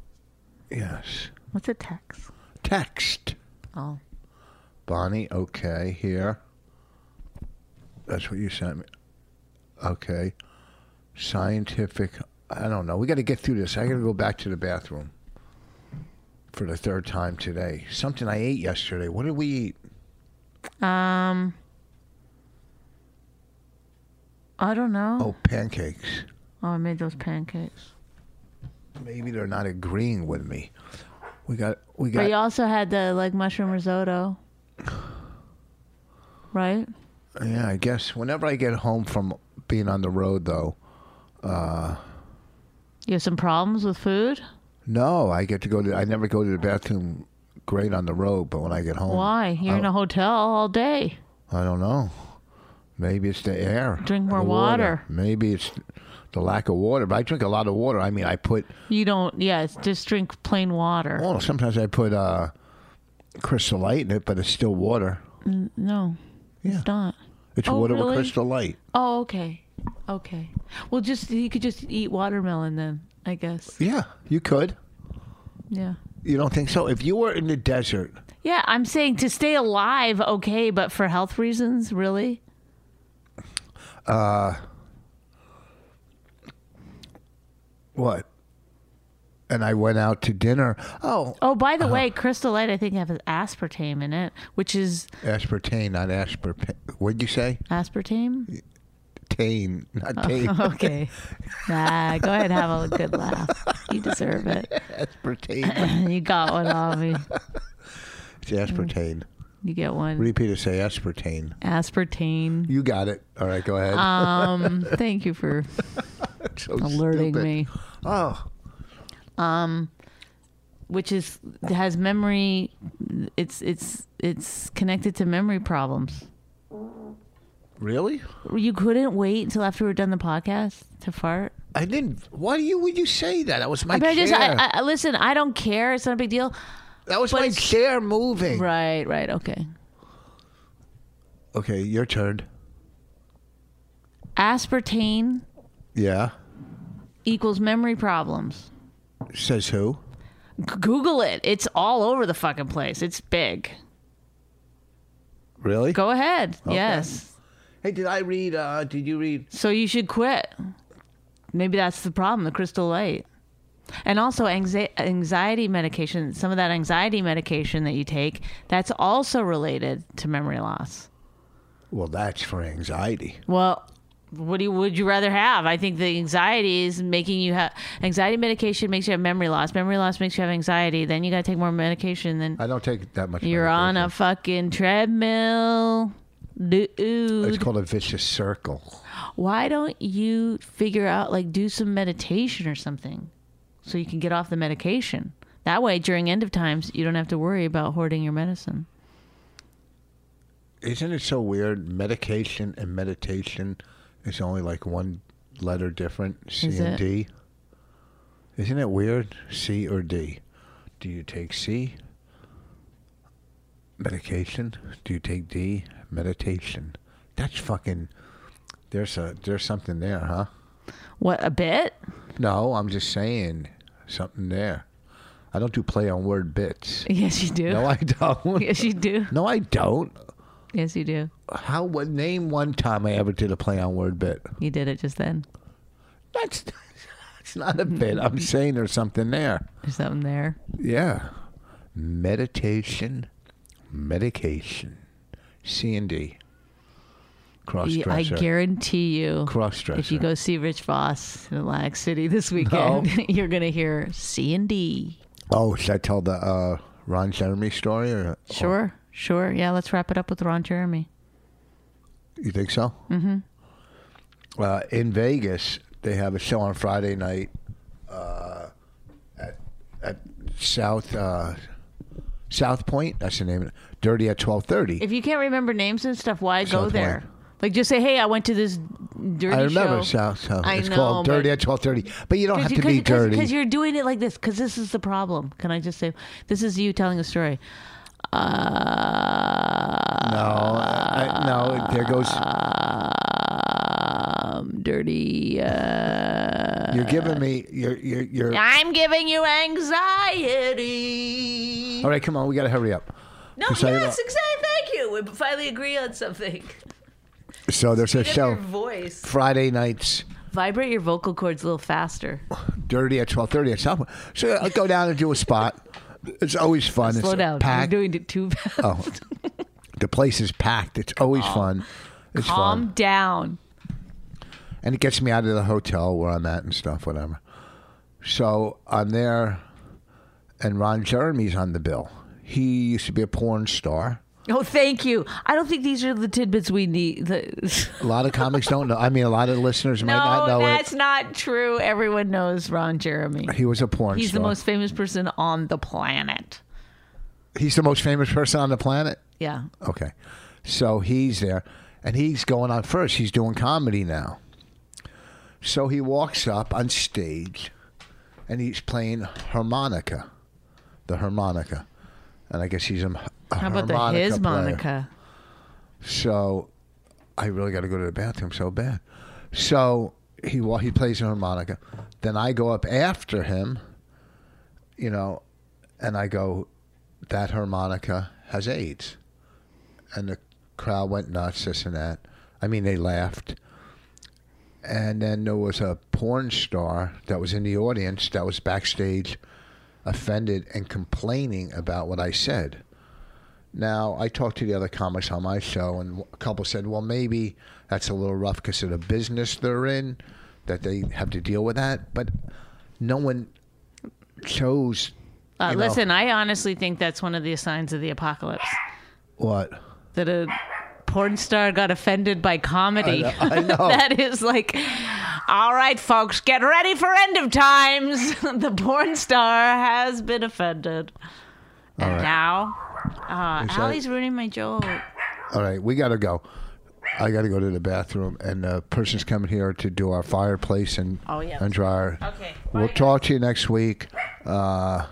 Yes,
what's a text
text.
oh
Bonnie, okay, here. That's what you sent me. Okay. Scientific. I don't know. We got to get through this. I got to go back to the bathroom for the third time today. Something I ate yesterday. What did we eat?
um i don't know
Oh, pancakes.
Oh, I made those pancakes.
Maybe they're not agreeing with me. We got. We
But
got.
you also had the like mushroom risotto, right?
yeah, I guess whenever I get home from being on the road, though,
You have some problems with food.
no, I get to go to. I never go to the bathroom great on the road, but when I get home.
Why? You're in a hotel all day.
I don't know. Maybe it's the air.
Drink
and
more
the
water.
Maybe it's the lack of water. But I drink a lot of water. I mean, I put.
You don't. Yeah, it's just drink plain water.
Well, sometimes I put uh, Crystal Light in it, but it's still water.
No,
Yeah,
it's not.
it's
Oh,
water
really?
with Crystal Light.
Oh, okay, okay. Well, just you could just eat watermelon then. I guess.
Yeah, you could.
Yeah.
You don't think so? If you were in the desert,
Yeah, I'm saying to stay alive, okay, but for health reasons, really.
what? And I went out to dinner. Oh,
Oh, by the way, Crystal Light, I think has aspartame in it, which is
aspartame, not aspartame. What'd you say?
aspartame.
Tane, not tane.
Oh, Okay. Nah, go ahead and have a good laugh. You deserve it.
*laughs*
*laughs*
aspartame.
You got one on me.
It's aspartame.
You get one.
Repeat it. Say aspartame.
Aspartame.
You got it. All right, go ahead.
Um, thank you for
So
alerting
stupid.
me.
Oh,
Which is has memory it's it's it's connected to memory problems.
really?
You couldn't wait until after we were done the podcast to fart?
I didn't. Why do you would you say that? That was my
I mean, I
chair.
just I, I- I listen, I don't care. It's not a big deal.
that was my
it's-
chair moving.
Right, right. Okay.
Okay, your turn.
Aspartame
Yeah.
equals memory problems.
Says who?
Google it. It's all over the fucking place. It's big.
Really?
Go ahead. Yes.
Hey, did I read? uh Did you read?
So you should quit. Maybe that's the problem, the crystal light. And also anxi- anxiety medication, some of that anxiety medication that you take, that's also related to memory loss.
Well, that's for anxiety.
Well, what do you, would you rather have? I think the anxiety is making you have anxiety medication makes you have memory loss. Memory loss makes you have anxiety. Then you got to take more medication. Then
I don't take that much.
you're on a
medication.
fucking treadmill.
It's
Dude,
called a vicious circle.
why don't you figure out like do some meditation or something so you can get off the medication? That way, during end of times, you don't have to worry about hoarding your medicine.
Isn't it so weird? Medication and meditation is only like one letter different. C
Is
and
it?
D. Isn't it weird? C or D? Do you take C? Medication. Do you take D? Meditation. That's fucking. There's a there's something there, huh?
What a bit? *laughs*
No, I'm just saying something there. I don't do play on word bits.
Yes, you do.
No, I don't.
*laughs* yes, you do.
No, I don't.
Yes, you do.
How? What? Name one time I ever did a play on word bit.
You did it just then.
That's that's not a bit.
*laughs*
I'm saying there's something there.
There's something there.
Yeah, meditation, medication, C and D. Cross
Ye- I
dresser.
guarantee you,
Cross
if
dresser.
you go see Rich Voss in Atlantic City this weekend, *laughs* you're going to hear C and D.
oh, should I tell the uh, Ron Jeremy story or? or-
Sure, sure. Yeah, let's wrap it up with Ron Jeremy.
You think so? Mm-hmm. Uh, in Vegas, they have a show on Friday night uh, at at South uh, South Point. That's the name of it. Dirty at twelve thirty.
If you can't remember names and stuff, why go
South
there?
Point.
Like, just say, "Hey, I went to this dirty
I remember
show."
South. South.
I
it's
know,
called
but-
Dirty at twelve thirty. But you don't have to be
Because
dirty.
you're doing it like this. Because this is the problem. Can I just say, this is you telling a story.
No, I, no. There goes.
Um, dirty. Uh,
You're giving me. You're. You're. you're
I'm giving you anxiety.
all right, come on. We got to hurry up.
No,
Because I-
yes, exactly. Thank you. We finally agree on something. *laughs*
So there's a
Get
show
your voice.
Friday nights.
Vibrate your vocal cords a little *laughs* faster.
dirty at twelve thirty at some point. So I go down and do a spot. It's always fun.
Slow
it's
down.
Packed.
You're doing
*laughs*
it too fast. *laughs*
oh, the place is packed. It's always fun. It's
Calm
fun,
down.
and it gets me out of the hotel where I'm at and stuff, whatever. So I'm there, and Ron Jeremy's on the bill. He used to be a porn star.
Oh, thank you. I don't think these are the tidbits we need.
*laughs*
The-
A lot of comics don't know. I mean, a lot of listeners might not
no,
know
that's
it.
not true. Everyone knows Ron Jeremy.
He was a porn
He's
star.
the most famous person on the planet.
He's the most famous person on the planet.
Yeah.
Okay. So he's there and he's going on first. He's doing comedy now. So he walks up on stage and he's playing harmonica, the harmonica. And I guess he's a, a
How about the
harmonica
his
player.
Monica?
So I really got to go to the bathroom so bad. So he wa- he plays the harmonica. Then I go up after him, you know, and I go, that harmonica has AIDS. And the crowd went nuts, this and that. I mean, they laughed. And then there was a porn star that was in the audience that was backstage offended and complaining about what I said. Now, I talked to the other comics on my show, and a couple said, well, maybe that's a little rough because of the business they're in, that they have to deal with that. But no one chose.
Uh,
you know,
listen, I honestly think that's one of the signs of the apocalypse
What?
that a porn star got offended by comedy. *laughs*
I know.
that is like, all right, folks, get ready for end of times. *laughs* the porn star has been offended. And now, uh,
Is that-
Allie's ruining my joke.
All right, we got to go. I got to go to the bathroom, and the person's coming here to do our fireplace and
Oh, yeah.
and dryer.
Okay,
We'll
bye,
talk to you next week. Uh,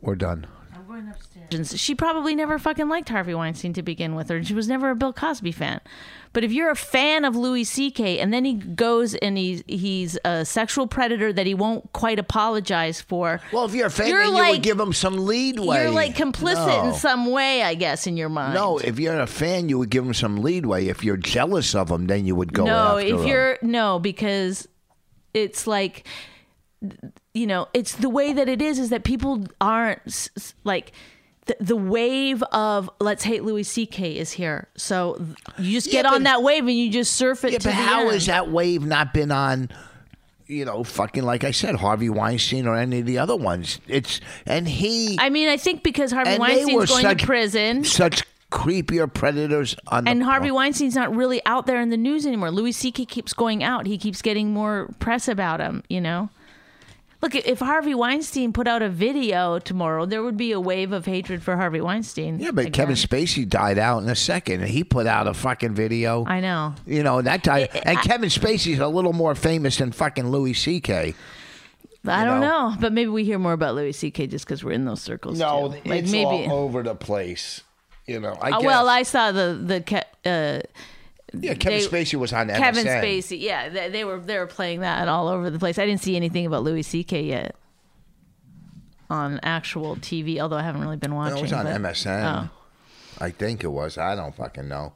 we're done.
I'm going upstairs. She probably never fucking liked Harvey Weinstein to begin with, or she was never a Bill Cosby fan. But if you're a fan of Louis C.K. and then he goes and he's he's a sexual predator that he won't quite apologize for,
Well, if you're a fan,
You're
then you
like-
would give them some leadway.
you're like complicit
no.
in some way, I guess, in your mind.
No, if you're a fan, you would give them some leadway. If you're jealous of them, then you would go
no,
after
if
'em.
you're no, because it's like you know, it's the way that it is, is that people aren't s- s- like the, the wave of let's hate Louis C.K. is here. So th- you just
Yeah,
get on
but-
that wave and you just surf it
Yeah,
to
but
the
how
end.
has that wave not been on? You know, fucking like I said, Harvey Weinstein or any of the other ones. It's and he
I mean, I think because Harvey
and they were
Weinstein's going
such-
to prison.
Such creepier predators on
and
the
Harvey Weinstein's not really out there in the news anymore. Louis C.K. keeps going out. He keeps getting more press about him. You know, look if Harvey Weinstein put out a video tomorrow, there would be a wave of hatred for Harvey Weinstein.
Yeah, but
again.
Kevin Spacey died out in a second, and he put out a fucking video.
I know.
you know that guy, and Kevin Spacey's a little more famous than fucking Louis C.K.
I don't
know.
know. but maybe we hear more about Louis C.K. just because we're in those circles. too. like
it's
maybe.
all over the place. You know, I
Oh,
guess.
well, I saw the the. Ke- Uh,
yeah, Kevin
they-
Spacey was on MSN.
Kevin Spacey, yeah, they, they were they were playing that all over the place. I didn't see anything about Louis C.K. yet on actual TV, although I haven't really been watching.
No, it was on
but- Oh.
MSN. I think it was. I don't fucking know.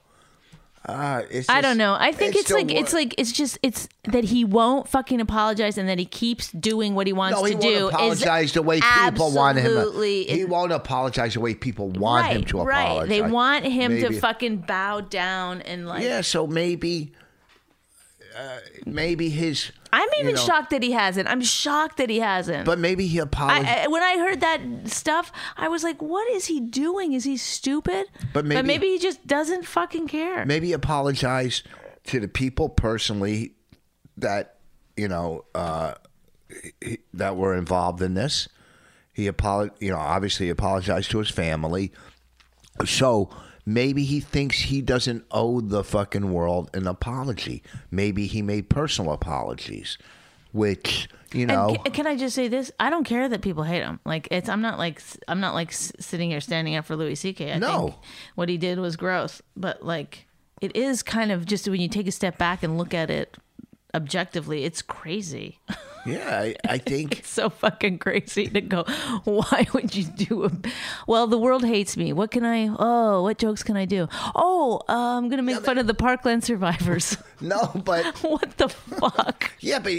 Uh, it's
I
just-
don't know. I think it's,
the
like
wor-
it's like it's just it's that he won't fucking apologize and that he keeps doing what he wants
No, he
to
won't
do.
apologize
is
the way people want him.
absolutely-
He won't apologize the way people want
right,
him to
right.
apologize.
They want him
Maybe-
to fucking bow down and like.
Yeah, so maybe, uh, maybe his.
I'm
you
even
know,
shocked that he hasn't. I'm shocked that he hasn't.
But maybe he apologized.
I, I, when I heard that stuff, I was like, "What is he doing? Is he stupid?"
But maybe-
he just doesn't fucking care.
maybe apologize to the people personally that you know uh, he- that were involved in this. He apolog- you know, obviously apologized to his family. So maybe he thinks he doesn't owe the fucking world an apology. Maybe he made personal apologies, which you know.
And ca- can I just say this? I don't care that people hate him. Like it's I'm not like s- I'm not like s- sitting here standing up for Louis C.K. I
No.
think what he did was gross, but like it is kind of just when you take a step back and look at it objectively, it's crazy.
*laughs* yeah, I, I think.
*laughs* so fucking crazy to go why would you do a well the world hates me what can i oh what jokes can i do oh uh, i'm gonna make fun of the parkland survivors
No, but
what the fuck
yeah, but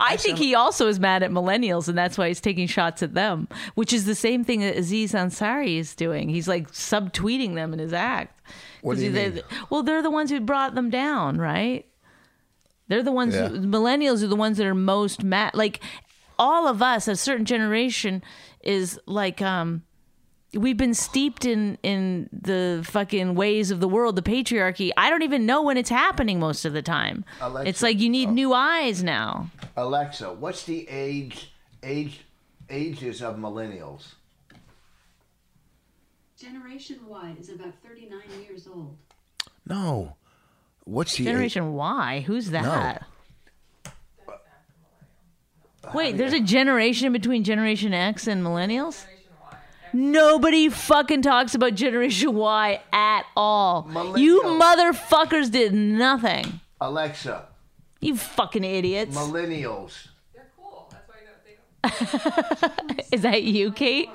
i think he also is mad at millennials and that's why he's taking shots at them which is the same thing that aziz ansari is doing he's like subtweeting them in his act
What do you
'Cause they-
mean?
well they're the ones who brought them down right they're the ones
Yeah.
who, millennials are the ones that are most mad. Like all of us, a certain generation is like um we've been steeped in in the fucking ways of the world, the patriarchy. I don't even know when it's happening most of the time.
Alexa.
It's like you need
Oh.
new eyes now.
Alexa, what's the age age ages of millennials?
Generation Y is about 39 years old.
No. What's the
Generation Y, who's that? Wait, there's a generation between Generation X and millennials? Nobody fucking talks about Generation Y at all. You
Millennials.
motherfuckers did nothing.
Alexa?
You fucking idiots.
Millennials.
Is that you, Kate?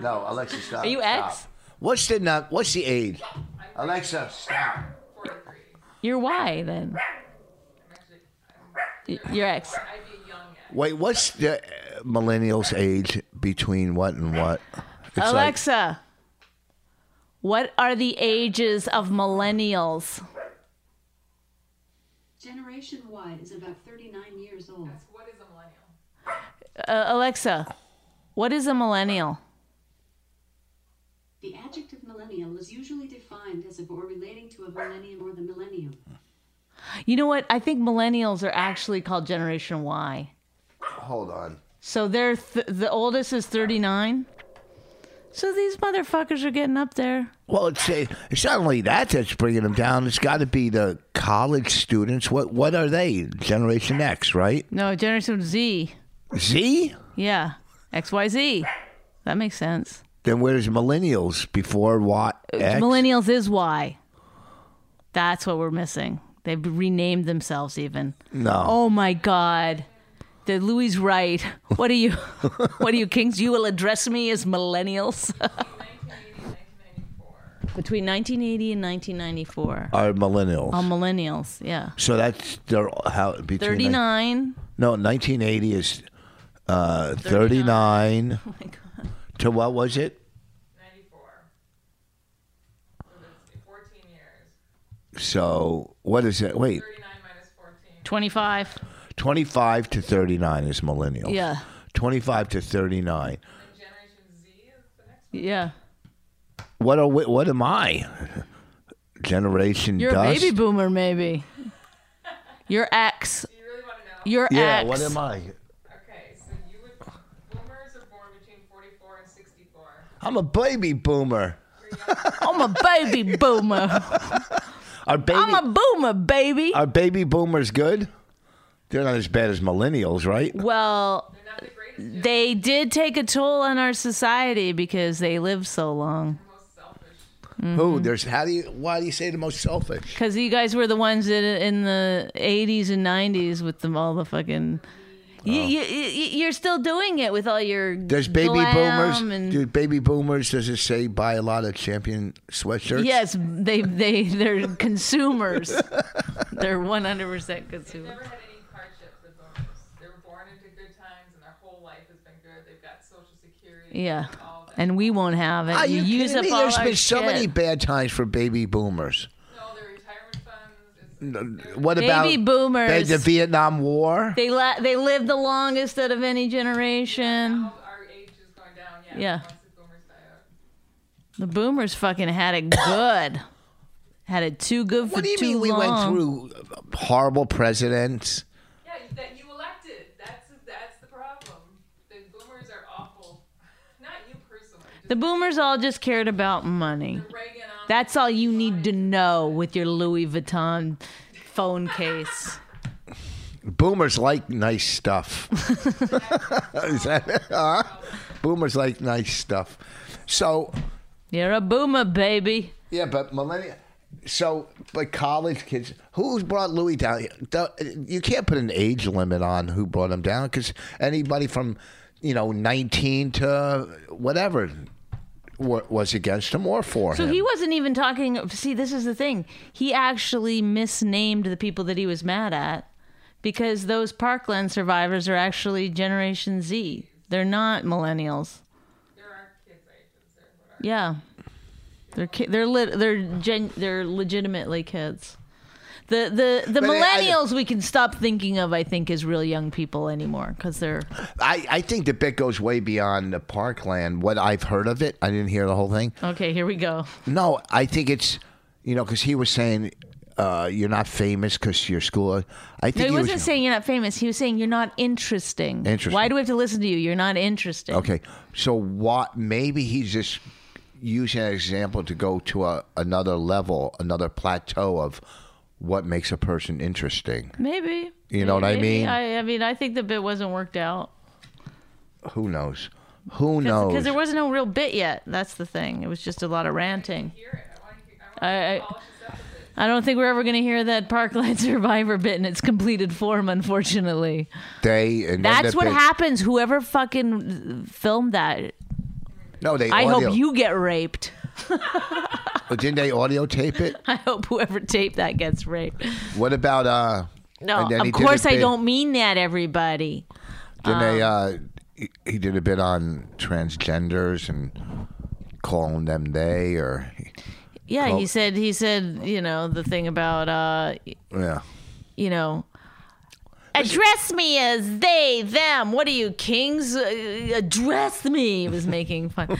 No, Alexa, stop.
Are you
stop.
X?
What's the nu- What's the age? Alexa, stop.
You're Y then. Y- You're X.
Wait, what's the uh, millennials' age between what and what? It's like-
Alexa, what are the ages of millennials?
Generation Y is about 39 years old.
Uh, Alexa, what is a millennial?
The adjective millennial is usually defined as of or relating to a millennium or the millennium.
You know what? I think millennials are actually called Generation Y.
hold on.
So they're th- the oldest is 39. So these motherfuckers are getting up there.
Well, it's uh, it's not only that that's bringing them down. It's got to be the college students. What what are they? Generation X, right?
No, Generation Z.
Z.
Yeah. XYZ. That makes sense.
Then where's millennials before what?
Uh,
X?
Millennials is Y. That's what we're missing. They've renamed themselves even.
No.
Oh my God. The Louis right. What are you? *laughs* what are you kings? You will address me as millennials. Between 1980 and 1994.
Are millennials.
All millennials, yeah.
so that's their how between
39.
No, 1980 is uh, 39
*laughs* Oh my god.
to what was it?
94. So that's 14 years.
So, what is it? Wait,
39 minus 14.
25.
25 to 39 is millennial.
Yeah.
25 to 39.
And Generation Z is the next
Yeah.
What are we, what am I? Generation
You're
dust?
a baby boomer, maybe. Your ex.
one. You really want to know?
Your
yeah,
ex.
what am I?
Okay, so you would. Boomers are born between 44 and 64.
I'm a baby boomer.
I'm a *laughs* baby boomer.
Our baby
I'm a boomer, baby.
Are baby boomers good? They're not as bad as millennials, right?
Well,
They're not the greatest,
they did take a toll on our society because they lived so long.
they're most selfish.
Mm-hmm.
Who? There's how do you why do you say the most selfish?
Because you guys were the ones that uh, in the 80s and 90s with them all the fucking. You, you, you, you're still doing it with all your.
There's baby boomers.
glam And,
Do baby boomers does it say buy a lot of champion sweatshirts?
yes, they they they're consumers. *laughs* they're 100 percent consumers.
Never had any hardships with boomers. They were born into good times and their whole life has been good. They've got social security.
Yeah,
they've got all that.
and we won't have it.
Are you
use
kidding
up
me?
all
There's
our
been so
shit.
many bad times for baby boomers.
No, their retirement funds. It's,
Mm. What
Baby
about
boomers.
the Vietnam War?
They la- they lived the longest out of any generation.
now our age is going down.
Yeah.
Yeah. Once the boomers die out.
The boomers fucking had it good. had it too good for
what do you
too
mean we
long.
went through horrible presidents?
Yeah, you- that you elected. That's that's the problem. The boomers are awful. Not you personally. Just
The boomers all just cared about money.
Reagan. um,
That's all you need to know with your Louis Vuitton phone case.
Boomers like nice
*laughs*
stuff. *laughs* Is that- huh? Boomers like nice stuff. So
You're a boomer, baby.
yeah, but millennial. So but college kids, who's brought Louis down? The- You can't put an age limit on who brought him down because anybody from you know nineteen to whatever wa- was against him or for
So
him.
he wasn't even talking. See, this is the thing. He actually misnamed the people that he was mad at because those Parkland survivors are actually Generation Z. They're not millennials.
There are kids ages there. Whatever.
Yeah, they're ki- they're lit they're gen- they're legitimately kids. The the the
But I- I-
millennials we can stop thinking of. I think as real young people anymore because they're
I, I think the bit goes way beyond the parkland. What I've heard of it, I didn't hear the whole thing.
okay. Here we go.
No, I think it's you know because he was saying uh, you're not famous because your school. I
No,
think
he
was-
wasn't saying you're not famous. He was saying you're not interesting.
Interesting.
Why do we have to listen to you? You're not interesting.
Okay, so what? Maybe he's just using an example to go to a, another level, another plateau of what makes a person interesting.
Maybe.
You know what I
Maybe.
mean?
I, I mean, I think the bit wasn't worked out
Who knows? Who knows?
because there was no real bit yet. That's the thing. It was just a lot of ranting.
Hear it. I want to hear. I want to
I I,
polish this up with it.
I don't think we're ever going to hear that *laughs* Parkland Survivor bit in its completed form, unfortunately.
they and then
That's
the
what
big-
happens. Whoever fucking filmed that,
No, they.
I
audio,
hope you get raped. *laughs*
didn't. They audio tape it.
I hope whoever taped that gets raped.
What about uh?
No,
and then he
of
did a
course I
bit-
don't mean that, everybody.
Then they
Um.
uh, he, he did a bit on transgenders and calling them they or
Yeah,
Well-
he said he said you know the thing about uh
yeah.
you know. Address me as they, them. What are you, kings? Uh, address me. He was making fun. *laughs*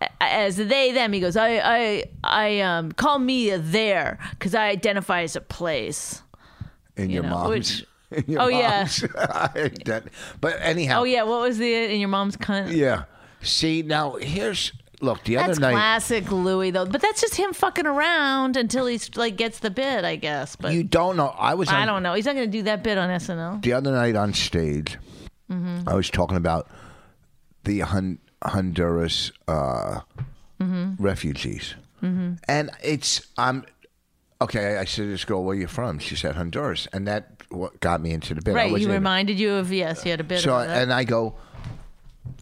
A- As they, them. He goes, I, I, I, um, call me a there because I identify as a place.
in
you
your
know,
mom's.
which-
*laughs* in your
Oh, yeah.
mom's. *laughs* yeah. but anyhow,
Oh, yeah. What was the, in your mom's cunt?
yeah. See now, here's look. The
That's
other night,
classic Louis, though. But that's just him fucking around until he's like gets the bit, I guess. But
you don't know. I was. On,
I don't know. He's not going to do that bit on SNL.
The other night on stage,
Mm-hmm.
I was talking about the Hun- Honduras uh,
Mm-hmm.
refugees, and it's I'm. Okay, I said to this girl, "Where you from?" She said Honduras, and that what got me into the bit. I
Right. You
wasn't even-
reminded you of, yes, you had a bit
So
of that.
and I go,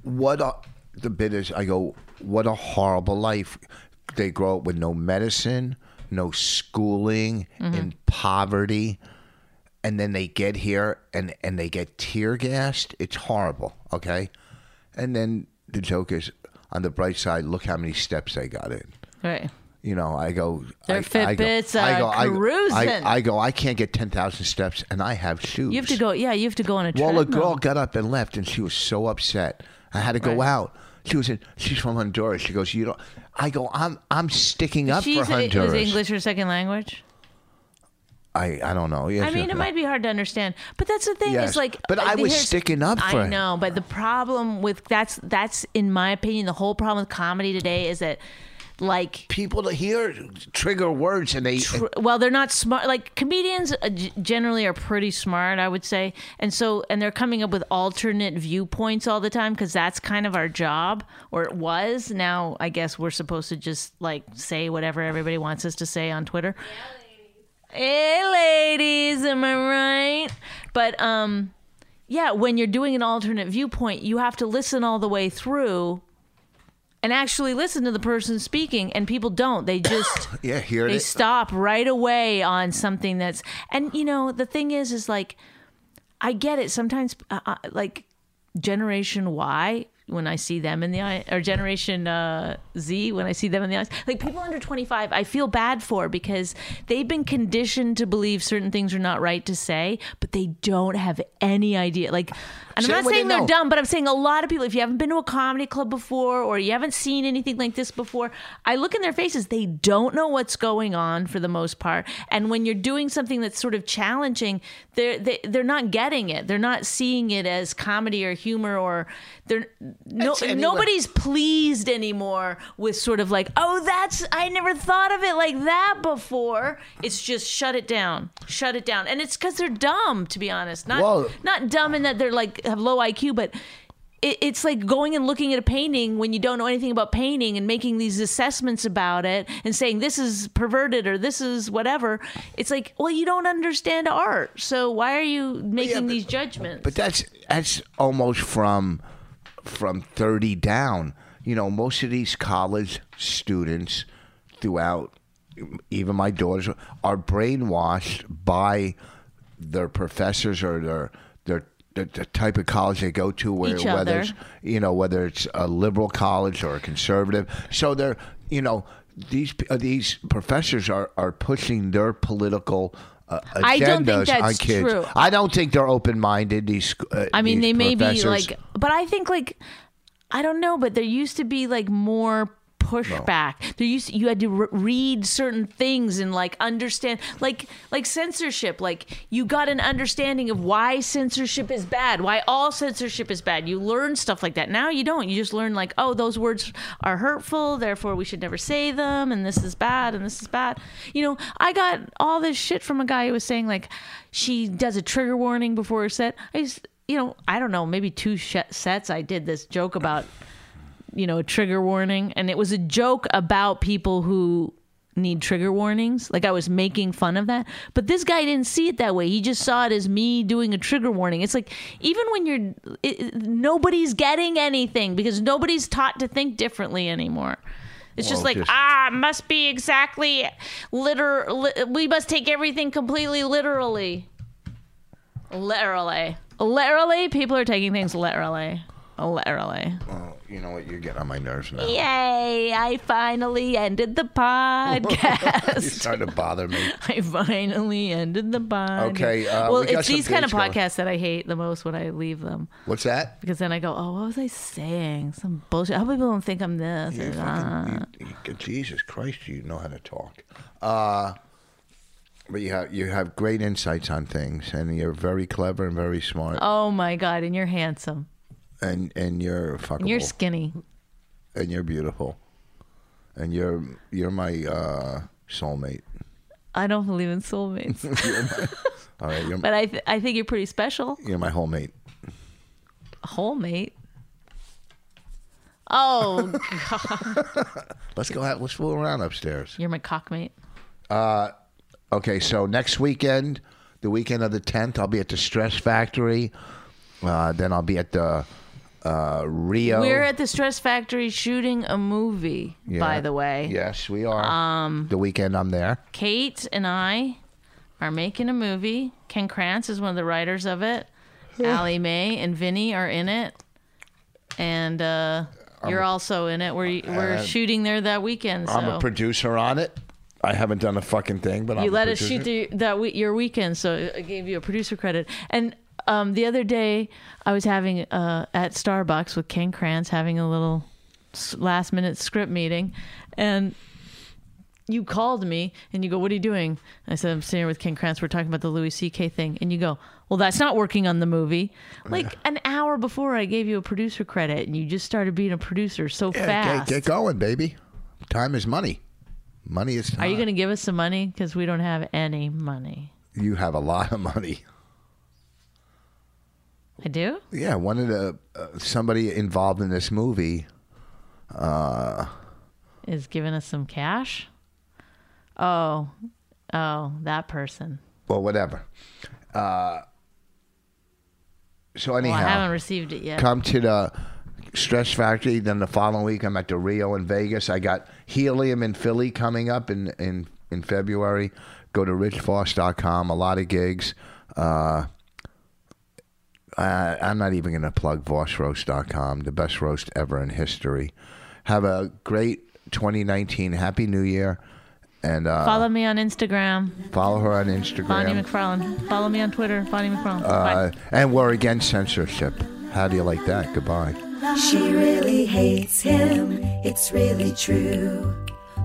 what a, the bit is? I go, what a horrible life. They grow up
Mm-hmm.
with no medicine, no schooling, in poverty, and then they get here and and they get tear gassed. It's horrible. Okay, and then the joke is on the bright side. Look how many steps they got in.
Right.
You know, I go.
Their
I, I go-
Fitbits
I
are
go, I-
cruising.
I, I go. I can't get ten thousand steps, and I have shoes.
You have to go. Yeah, you have to go on a
Well, a
treadmill.
girl got up and left, and she was so upset. I had to go
Right.
out. She was in. She's from Honduras. She goes, you know. I go. I'm. I'm sticking up
She
for
said it
Honduras.
was English her second language.
I. I don't know. Yeah,
I mean,
sure.
it might be hard to understand, but that's the thing.
Yes,
It's like, uh,
but I was
here's-
sticking up for
I
it.
know, but the problem with that's that's in my opinion the whole problem with comedy today is that like
People to hear trigger words, and they.
tr- well they're not smart like comedians uh, g- generally are pretty smart i would say and so and they're coming up with alternate viewpoints all the time because that's kind of our job or it was now i guess we're supposed to just like say whatever everybody wants us to say on twitter hey ladies am i right but um yeah when you're doing an alternate viewpoint you have to listen all the way through and actually listen to the person speaking and people don't they just
yeah, hear
they
it.
stop right away on something that's and you know the thing is is like i get it sometimes uh, uh, like generation y when i see them in the eye or generation uh, z when i see them in the eyes like people under 25 i feel bad for because they've been conditioned to believe certain things are not right to say but they don't have any idea like and
Say
i'm not
what they
saying they're
know.
dumb but i'm saying a lot of people if you haven't been to a comedy club before or you haven't seen anything like this before i look in their faces they don't know what's going on for the most part and when you're doing something that's sort of challenging they're they, they're not getting it they're not seeing it as comedy or humor or they're no,
It's anyway-
nobody's pleased anymore with sort of like oh that's i never thought of it like that before it's just shut it down shut it down and it's because they're dumb to be honest not
Well-
not dumb in that they're like have low IQ, but it, it's like going and looking at a painting when you don't know anything about painting and making these assessments about it and saying this is perverted or this is whatever. It's like, well, you don't understand art, so why are you making
but-
these judgments?
But that's that's almost from from thirty down. You know, most of these college students throughout, even my daughters, are brainwashed by their professors or their their the, the type of college they go to, where
Each
whether
other.
it's you know whether it's a liberal college or a conservative. So they're you know these uh, these professors are are pushing their political. Uh,
I don't think
agendas on
that's
kids.
true.
I don't think they're open minded. These, sc- uh,
I mean,
these
they may be
professors.
like, but I think like, I don't know, but there used to be like more pushback. There used you had to re- read certain things and like understand, like like censorship. Like you got an understanding of why censorship is bad, why all censorship is bad. You learn stuff like that. Now you don't. You just learn like, oh, those words are hurtful, therefore we should never say them, and this is bad, and this is bad. You know, I got all this shit from a guy who was saying like, she does a trigger warning before her set. I just you know, I don't know, maybe two sh- sets I did this joke about, you know, a trigger warning. And it was a joke about people who need trigger warnings. Like I was making fun of that. But this guy didn't see it that way. He just saw it as me doing a trigger warning. It's like, even when you're, it, it- nobody's getting anything because nobody's taught to think differently anymore. It's just
Well,
like,
just-
ah, it must be exactly liter. Li- we must take everything completely literally. Literally. Literally, people are taking things literally. Literally.
Oh, you know what? You're getting on my nerves now.
*laughs* Yay! I finally ended
*laughs*
the
You're
podcast.
starting to bother me.
I finally ended the podcast.
Okay, uh,
well,
we got
it's
some
these kind of
dates going.
podcasts that I hate the most when I leave them
What's that?
because then I go, "Oh, what was I saying? Some bullshit. I hope people don't think I'm this." or that."
You- you- Jesus Christ, you know how to talk. Uh, but you have you have great insights on things, and you're very clever and very smart,
Oh my god! And you're handsome.
and and you're fuckable,
And you're skinny.
and you're beautiful, and you're you're my uh, soulmate.
I don't believe
*laughs*
in soulmates, *laughs*
All right, you're,
but I th- I think you're pretty special.
you're my whole mate.
Whole mate.
*laughs*
Oh
Let's go out. Let's fool around upstairs.
You're my cockmate.
Okay, so next weekend, the weekend of the 10th, I'll be at the Stress Factory. Uh, then I'll be at the uh, Rio.
We're at the Stress Factory shooting a movie,
Yeah.
by the way.
Yes, we are. Um, the weekend I'm there.
Kate and I are making a movie. Ken Krantz is one of the writers of it. Allie Mae and Vinny are in it, and uh, you're also in it. We're we're shooting there that weekend. So
I'm a producer on it. I haven't done a fucking thing, but I'm
you
a
let us
producer.
shoot the, that we, your weekend, so I gave you a producer credit. And um, the other day, I was having uh, at Starbucks with Ken Kranz having a little s- last minute script meeting, and you called me and you go, "What are you doing?" And I said, "I'm sitting here with Ken Kranz. We're talking about the Louis C.K. thing." And you go, "Well, that's not working on the movie." Like an hour before, I gave you a producer credit, and you just started being a producer so
Yeah,
fast.
get, get going, baby. Time is money. Money is time.
are you going to give us some money? Because we don't have any money.
You have a lot of money.
I do.
Yeah, one of the uh, somebody involved in this movie.
is giving us some cash. Oh, oh, that person.
Well, whatever. Uh, so
Well,
anyhow,
I haven't received it yet.
come to the Stress Factory. Then the following week, I'm at the Rio in Vegas. I got Helium in Philly coming up in in in February. Go to richfoss.com. A lot of gigs. Uh, I, I'm not even going to plug vossroast.com, the best roast ever in history. Have a great 2019. Happy New Year. And uh, follow,
Follow me on Instagram,
her on Instagram.
Bonnie McFarlane. Follow me on Twitter, Bonnie McFarlane.
uh,
Bye.
and we're against censorship. How do you like that? Goodbye.
She really hates him, it's really true.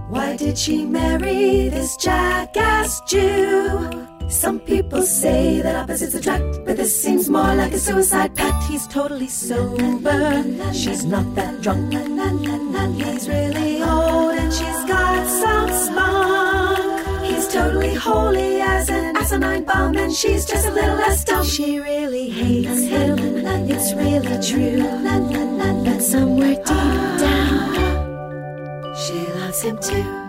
Why did she marry this jackass Jew? Some people say that opposites attract, but this seems more like a suicide pact. He's totally sober, she's not that drunk. He's really old and she's got some spunk. He's totally holy as an asinine bomb, and she's just a little less dumb. She really hates him, it's really true. But somewhere deep down, she loves him too.